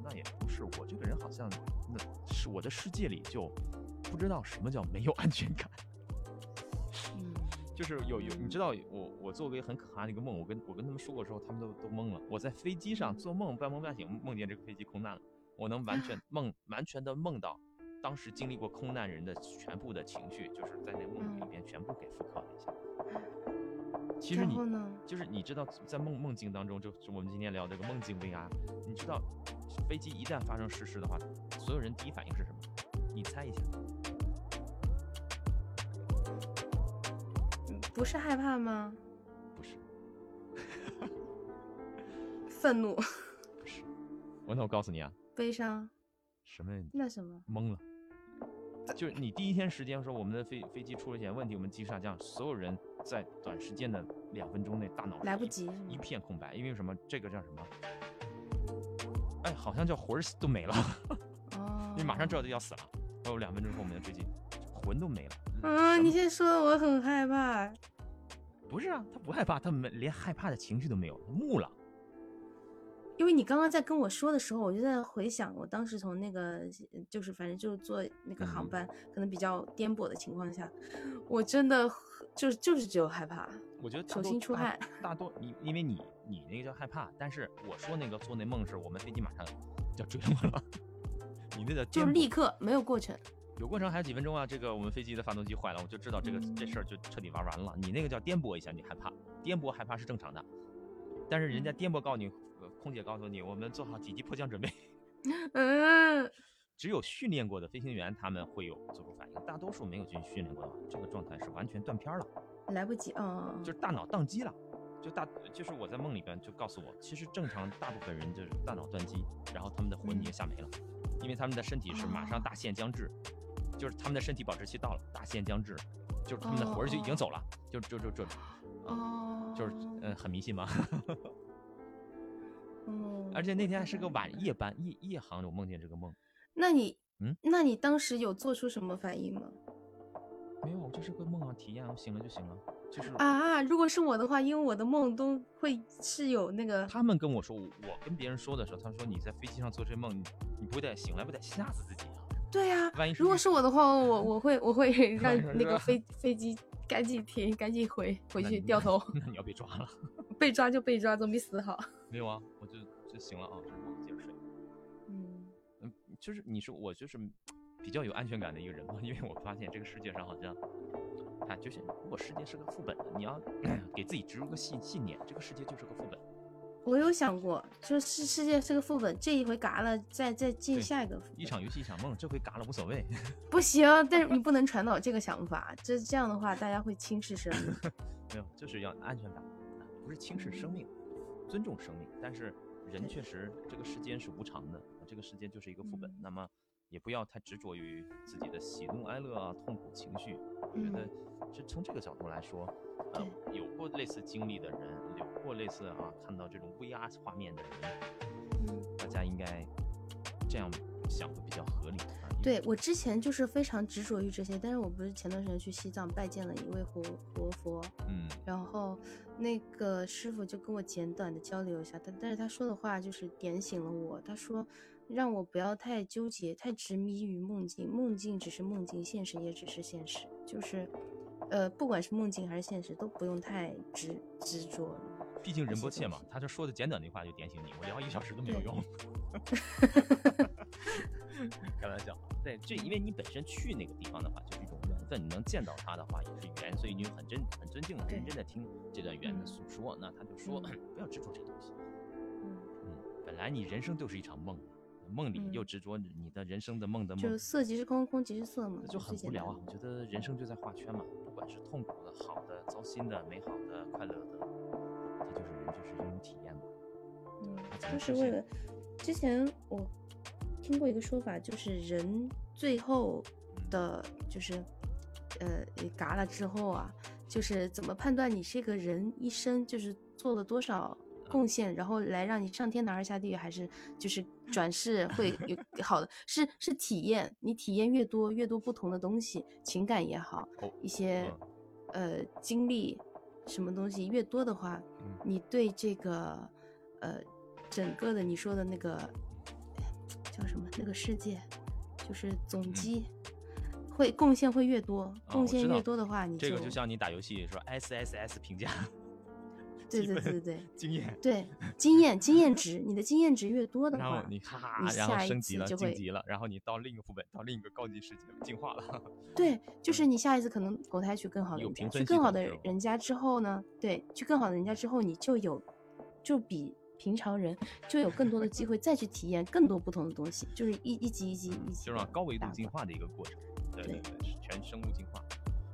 Speaker 1: 那也不是我这个人好像，那是我的世界里就不知道什么叫没有安全感。
Speaker 2: 嗯，
Speaker 1: 就是有有，你知道我我做过一个很可怕的一个梦，我跟我跟他们说过之后，他们都都懵了。我在飞机上做梦，半梦半醒，梦见这个飞机空难了，我能完 全梦完全的梦到当时经历过空难人的全部的情绪，就是在那个梦里
Speaker 2: 嗯
Speaker 1: 边全部给复刻了一下。其实
Speaker 2: 然
Speaker 1: 你
Speaker 2: 后呢？
Speaker 1: 就是你知道，在梦梦境当中，就就我们今天聊这个梦境 VR，你知道飞机一旦发生失事的话，所有人第一反应是什么？你猜一下，
Speaker 2: 嗯不是害怕吗？
Speaker 1: 不是，
Speaker 2: 愤怒、
Speaker 1: 不是。我那我告诉你啊，
Speaker 2: 悲伤，
Speaker 1: 什么
Speaker 2: 那什么？
Speaker 1: 懵了。就是你第一天时间说我们的飞飞机出了一点问题，我们急下降，所有人在短时间的两分钟内大脑是
Speaker 2: 来不
Speaker 1: 一
Speaker 2: 及是
Speaker 1: 一
Speaker 2: 吗？
Speaker 1: 片空白，因为什么？这个叫什么？哎，好像叫魂儿都没了，
Speaker 2: 哦，
Speaker 1: 你马上知道就要死了。还有两分钟后我们要追击，魂都没了。
Speaker 2: 啊！
Speaker 1: 什
Speaker 2: 你
Speaker 1: 么
Speaker 2: 先说，我很害怕。
Speaker 1: 不是啊，他不害怕，他没连害怕的情绪都没有，木了。
Speaker 2: 因为你刚刚在跟我说的时候，我就在回想我当时从那个就是反正就是坐那个航
Speaker 1: 嗯
Speaker 2: 班，可能比较颠簸的情况下，我真的就就是只有害怕。
Speaker 1: 我觉得大
Speaker 2: 手
Speaker 1: 多
Speaker 2: 心出
Speaker 1: 大
Speaker 2: 汗，
Speaker 1: 大 多你因为你你那个叫害怕，但是我说那个做那梦是我们飞机马上要追我了， 你那叫
Speaker 2: 就
Speaker 1: 颠簸
Speaker 2: 立刻没 有过程。
Speaker 1: 有过程还有几分钟啊，这个我们飞机的发动机坏了，我就知道这个这事儿就彻底玩完了。你那个叫颠簸一下，你害怕，颠簸害怕是正常的，但是人家颠簸告诉你，呃空姐告诉你，我们做好紧急迫降准备。
Speaker 2: 嗯，
Speaker 1: 只有训练过的飞行员他们会有做出反应，大多数没有去训练过的话，这个状态是完全断片儿了，
Speaker 2: 来不及。哦，
Speaker 1: 就是大脑宕机了。就大就是我在梦里边就告诉我，其实正常大部分人就是大脑断机，然后他们的魂已经
Speaker 2: 嗯
Speaker 1: 吓没了，因为他们的身体是马上大限将至，就是他们的身体保质期到了，大限将至，就是他们的魂儿就已
Speaker 2: 哦哦
Speaker 1: 经走了，就就就就
Speaker 2: 哦，
Speaker 1: 就是嗯很迷信吧。
Speaker 2: 嗯，
Speaker 1: 而且那天还
Speaker 2: 我
Speaker 1: 是个
Speaker 2: 大概
Speaker 1: 晚
Speaker 2: 明白
Speaker 1: 夜班夜夜航，我梦见这个梦，
Speaker 2: 那你，
Speaker 1: 嗯，
Speaker 2: 那你当时有做出什么反应吗？
Speaker 1: 没有，这是个梦啊，体验啊，我醒了就醒了，就是
Speaker 2: 啊，如果是我的话，因为我的梦都会是有那个，
Speaker 1: 他们跟我说，我我跟别人说的时候，他们说你在飞机上做这梦，你你不得醒来不得吓死自己啊？
Speaker 2: 对啊，
Speaker 1: 万一
Speaker 2: 如果
Speaker 1: 遇
Speaker 2: 是我的话，我我会 我会让
Speaker 1: 是
Speaker 2: 那
Speaker 1: 吧
Speaker 2: 个飞飞机赶紧停，赶紧回回
Speaker 1: 那
Speaker 2: 去
Speaker 1: 你
Speaker 2: 掉头，
Speaker 1: 那你要被抓了。
Speaker 2: 被抓就被抓，总 比死好。
Speaker 1: 没有啊，我就就醒了啊，这梦接着睡。
Speaker 2: 嗯，
Speaker 1: 嗯，就是你说我就是比较有安全感的一个人嘛，因为我发现这个世界上好像，啊，就是如果世界是个副本，你要 给自己植入个信信念，这个世界就是个副本。
Speaker 2: 我有想过，就是世界是个副本，这一回嘎了，再再进
Speaker 1: 对
Speaker 2: 下一个副
Speaker 1: 一
Speaker 2: 本
Speaker 1: 场游戏一场梦，这回嘎了无所谓。
Speaker 2: 不行，但是你不能传导这个想法，这这样的话大家会轻视生 命。
Speaker 1: 没有，就是要安全感，啊不是轻视生命，尊重生命。但是人确实，这个世间是无常的，这个世间就是一个副本。
Speaker 2: 嗯
Speaker 1: 那么也不要太执着于自己的喜怒哀乐啊、痛苦情绪。我觉
Speaker 2: 嗯
Speaker 1: 得，这从这个角度来说，呃，有过类似经历的人，有过类似啊看到这种 VR 画面的人，
Speaker 2: 嗯
Speaker 1: 大家应该这样想会比较合理。啊
Speaker 2: 对我之前就是非常执着于这些，但是我不是前段时间去西藏拜见了一位活活佛，
Speaker 4: 嗯
Speaker 2: 然后那个师傅就跟我简短的交流一下，但但是他说的话就是点醒了我。他说让我不要太纠结、太执迷于梦境，梦境只是梦境，现实也只是现实，就是呃，不管是梦境还是现实，都不用太执执着。
Speaker 1: 毕竟仁
Speaker 2: 这
Speaker 1: 波
Speaker 2: 些
Speaker 1: 切
Speaker 2: 东
Speaker 1: 嘛
Speaker 2: 西，
Speaker 1: 他这说的简短那句话就点醒你，我聊一小时都没有
Speaker 2: 对
Speaker 1: 用。 开玩笑，啊对，这因为你本身去那个地方的话，就是一种缘分，你能见到他的话也是缘，所以你很真很尊敬、很认
Speaker 2: 对
Speaker 1: 真的听这段缘的诉说。那他就说，
Speaker 2: 嗯
Speaker 1: 不要执着这东西，
Speaker 2: 嗯，
Speaker 1: 嗯，本来你人生就是一场梦，梦里
Speaker 2: 嗯
Speaker 1: 又执着你的人生的梦的
Speaker 2: 就
Speaker 1: 梦，
Speaker 2: 色即是空，空即是色嘛
Speaker 1: 那，
Speaker 2: 就
Speaker 1: 就
Speaker 2: 最
Speaker 1: 很
Speaker 2: 简
Speaker 1: 无
Speaker 2: 单
Speaker 1: 聊啊。我觉得人生就在画圈嘛，不管是痛苦的、好的、糟心的、美好的、快乐的，这就是人就是一种体验嘛。
Speaker 2: 嗯
Speaker 1: 咱，
Speaker 2: 就
Speaker 1: 们
Speaker 2: 是
Speaker 1: 之
Speaker 2: 为
Speaker 1: 前
Speaker 2: 了之前我听过一个说法，就是人最后的，就是呃，嘎了之后啊，就是怎么判断你这个人一生就是做了多少贡献，然后来让你上天堂还是下地狱，还是就是转世会有好的，是是体验，你体验越多，越多不同的东西，情感也好，
Speaker 1: 哦
Speaker 2: 一些、呃经历什么东西越多的话，
Speaker 1: 嗯
Speaker 2: 你对这个呃整个的你说的那个叫什么那个世界，就是总积、会贡献会越多，
Speaker 1: 啊嗯我
Speaker 2: 贡
Speaker 1: 知
Speaker 2: 献
Speaker 1: 道
Speaker 2: 越多的话，你
Speaker 1: 这个就像你打游戏说 S S S 评价
Speaker 2: 对
Speaker 1: 积
Speaker 2: 对
Speaker 1: 分
Speaker 2: 对对对
Speaker 1: 经验，
Speaker 2: 对经验经验值，你的经验值越多的
Speaker 1: 然后
Speaker 2: 话，
Speaker 1: 你哈哈
Speaker 2: 你，
Speaker 1: 然后
Speaker 2: 下一
Speaker 1: 升级
Speaker 2: 次
Speaker 1: 了，
Speaker 2: 就
Speaker 1: 晋
Speaker 2: 会
Speaker 1: 级了，然后你到另一个副本，到另一个高级世界进化了，
Speaker 2: 对，就是你下一次可能投胎去更好的
Speaker 1: 嗯有
Speaker 2: 人
Speaker 1: 评
Speaker 2: 家，
Speaker 1: 分
Speaker 2: 去
Speaker 1: 系
Speaker 2: 更好
Speaker 1: 统
Speaker 2: 的
Speaker 1: 是吧
Speaker 2: 人家之后呢，对，去更好的人家之后，你就有，就比平常人就有更多的机会再去体验更多不同的东西，就是一一级一级一级
Speaker 1: 就
Speaker 2: 的
Speaker 1: 是高维度
Speaker 2: 打
Speaker 1: 进
Speaker 2: 怪。
Speaker 1: 化的一个过程。对对
Speaker 2: 对
Speaker 1: 对，是全生物进化，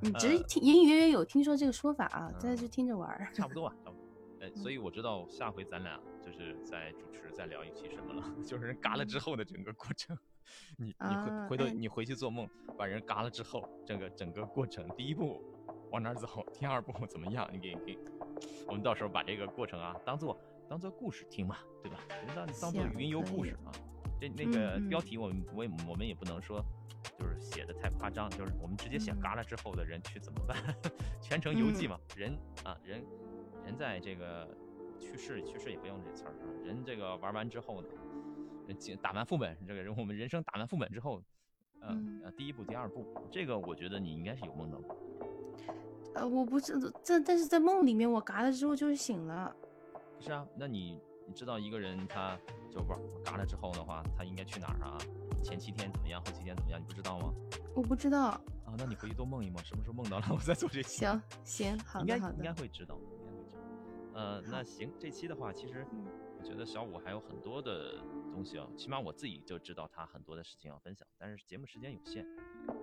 Speaker 2: 嗯，只是
Speaker 1: 呃
Speaker 2: 听隐隐约约有听说这个说法啊，但是就
Speaker 1: 嗯
Speaker 2: 听着玩儿。
Speaker 1: 差不多吧，差不多。呃，
Speaker 2: 嗯
Speaker 1: 所以我知道下回咱俩就是在主持再聊一期什么了， 就是人嘎了之后的整个过程。 你你回
Speaker 2: 嗯啊
Speaker 1: 回头
Speaker 2: 哎
Speaker 1: 你回去做梦，把人嘎了之后，整个整个过程，第一步往哪儿走，第二步怎么样，你给给，我们到时候把这个过程啊当做当做故事听嘛，对吧？就当当做
Speaker 2: 行
Speaker 1: 云游
Speaker 2: 可
Speaker 1: 故
Speaker 2: 以
Speaker 1: 事啊。这那个
Speaker 2: 嗯
Speaker 1: 标
Speaker 2: 嗯
Speaker 1: 题我们我也我们也不能说。就是写的太夸张，就是我们直接写
Speaker 2: 嗯
Speaker 1: 嘎了之后的人去怎么办？全程游记
Speaker 2: 嗯
Speaker 1: 嘛，人啊人人在这个去世去世也不用这词儿啊，人这个玩完之后呢，人进打完副本，这个人我们人生打完副本之后，呃、
Speaker 2: 嗯
Speaker 1: 呃第一步第二步，这个我觉得你应该是有梦的，
Speaker 2: 呃，我不知道，但但是在梦里面我嘎了之后就是醒了，
Speaker 1: 不是啊？那你你知道一个人他就玩嘎了之后的话，他应该去哪儿啊？前七天怎么样，后七天怎么样，你不知道吗？
Speaker 2: 我不知道。
Speaker 1: 啊，那你回去多梦一梦，什么时候梦到了 我再做这期。
Speaker 2: 行行，好
Speaker 1: 应该
Speaker 2: 的好
Speaker 1: 应该
Speaker 2: 的，
Speaker 1: 会知道，应该会知道。呃，那行，这期的话，其实
Speaker 2: 嗯
Speaker 1: 我觉得小五还有很多的东西啊，起码我自己就知道他很多的事情要分享，但是节目时间有限，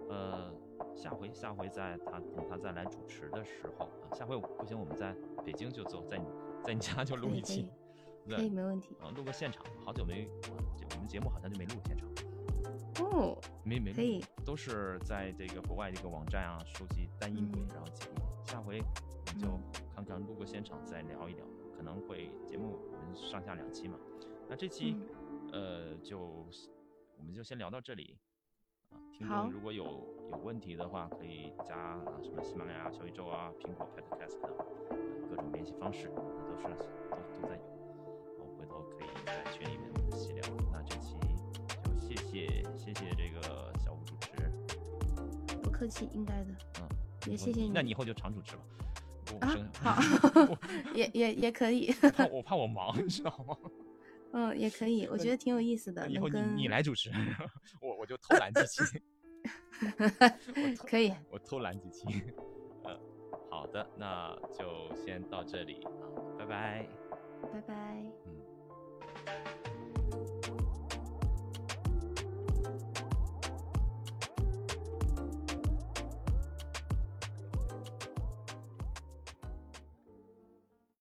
Speaker 1: 呃，下回下回在他等他再来主持的时候啊，下回我不行我们在北京就做，在你在你家就录
Speaker 2: 可以
Speaker 1: 一期，
Speaker 2: 可以
Speaker 1: 对，
Speaker 2: 没问题。
Speaker 1: 啊，录个现场，好久没，啊就我们节目好像就没录现场。
Speaker 2: 哦，
Speaker 1: 没没
Speaker 2: 可
Speaker 1: 没
Speaker 2: 以
Speaker 1: 都是在这个国外这个网站啊收集单音轨
Speaker 2: 嗯，
Speaker 1: 然后剪辑。下回我们就看看录个现场再聊一聊，可能会节目我们上下两期嘛。那这期、
Speaker 2: 嗯
Speaker 1: 呃就我们就先聊到这里。啊，听
Speaker 2: 好
Speaker 1: 众如果有有问题的话，可以加啊什么喜马拉雅、小宇宙啊、苹果 Podcast 啊，呃各种联系方式都是都都在有。我回头可以在群里面我们细聊。那这期就谢谢谢谢这个小吴主持，
Speaker 2: 不客气，应该的。
Speaker 1: 嗯，
Speaker 2: 也谢谢你。
Speaker 1: 那你以后就常主持吧。我
Speaker 2: 啊
Speaker 1: 生
Speaker 2: 好也也也可以，
Speaker 1: 我怕我怕我忙，你知道吗？
Speaker 2: 嗯，也可以，我觉得挺有意思的。
Speaker 1: 以后
Speaker 2: 能
Speaker 1: 你
Speaker 2: 跟
Speaker 1: 你，来主持， 我我就偷懒几期， 我偷
Speaker 2: 可以，
Speaker 1: 我偷懒几期。 呃，好的，那就先到这里啊，拜拜。
Speaker 2: 拜拜。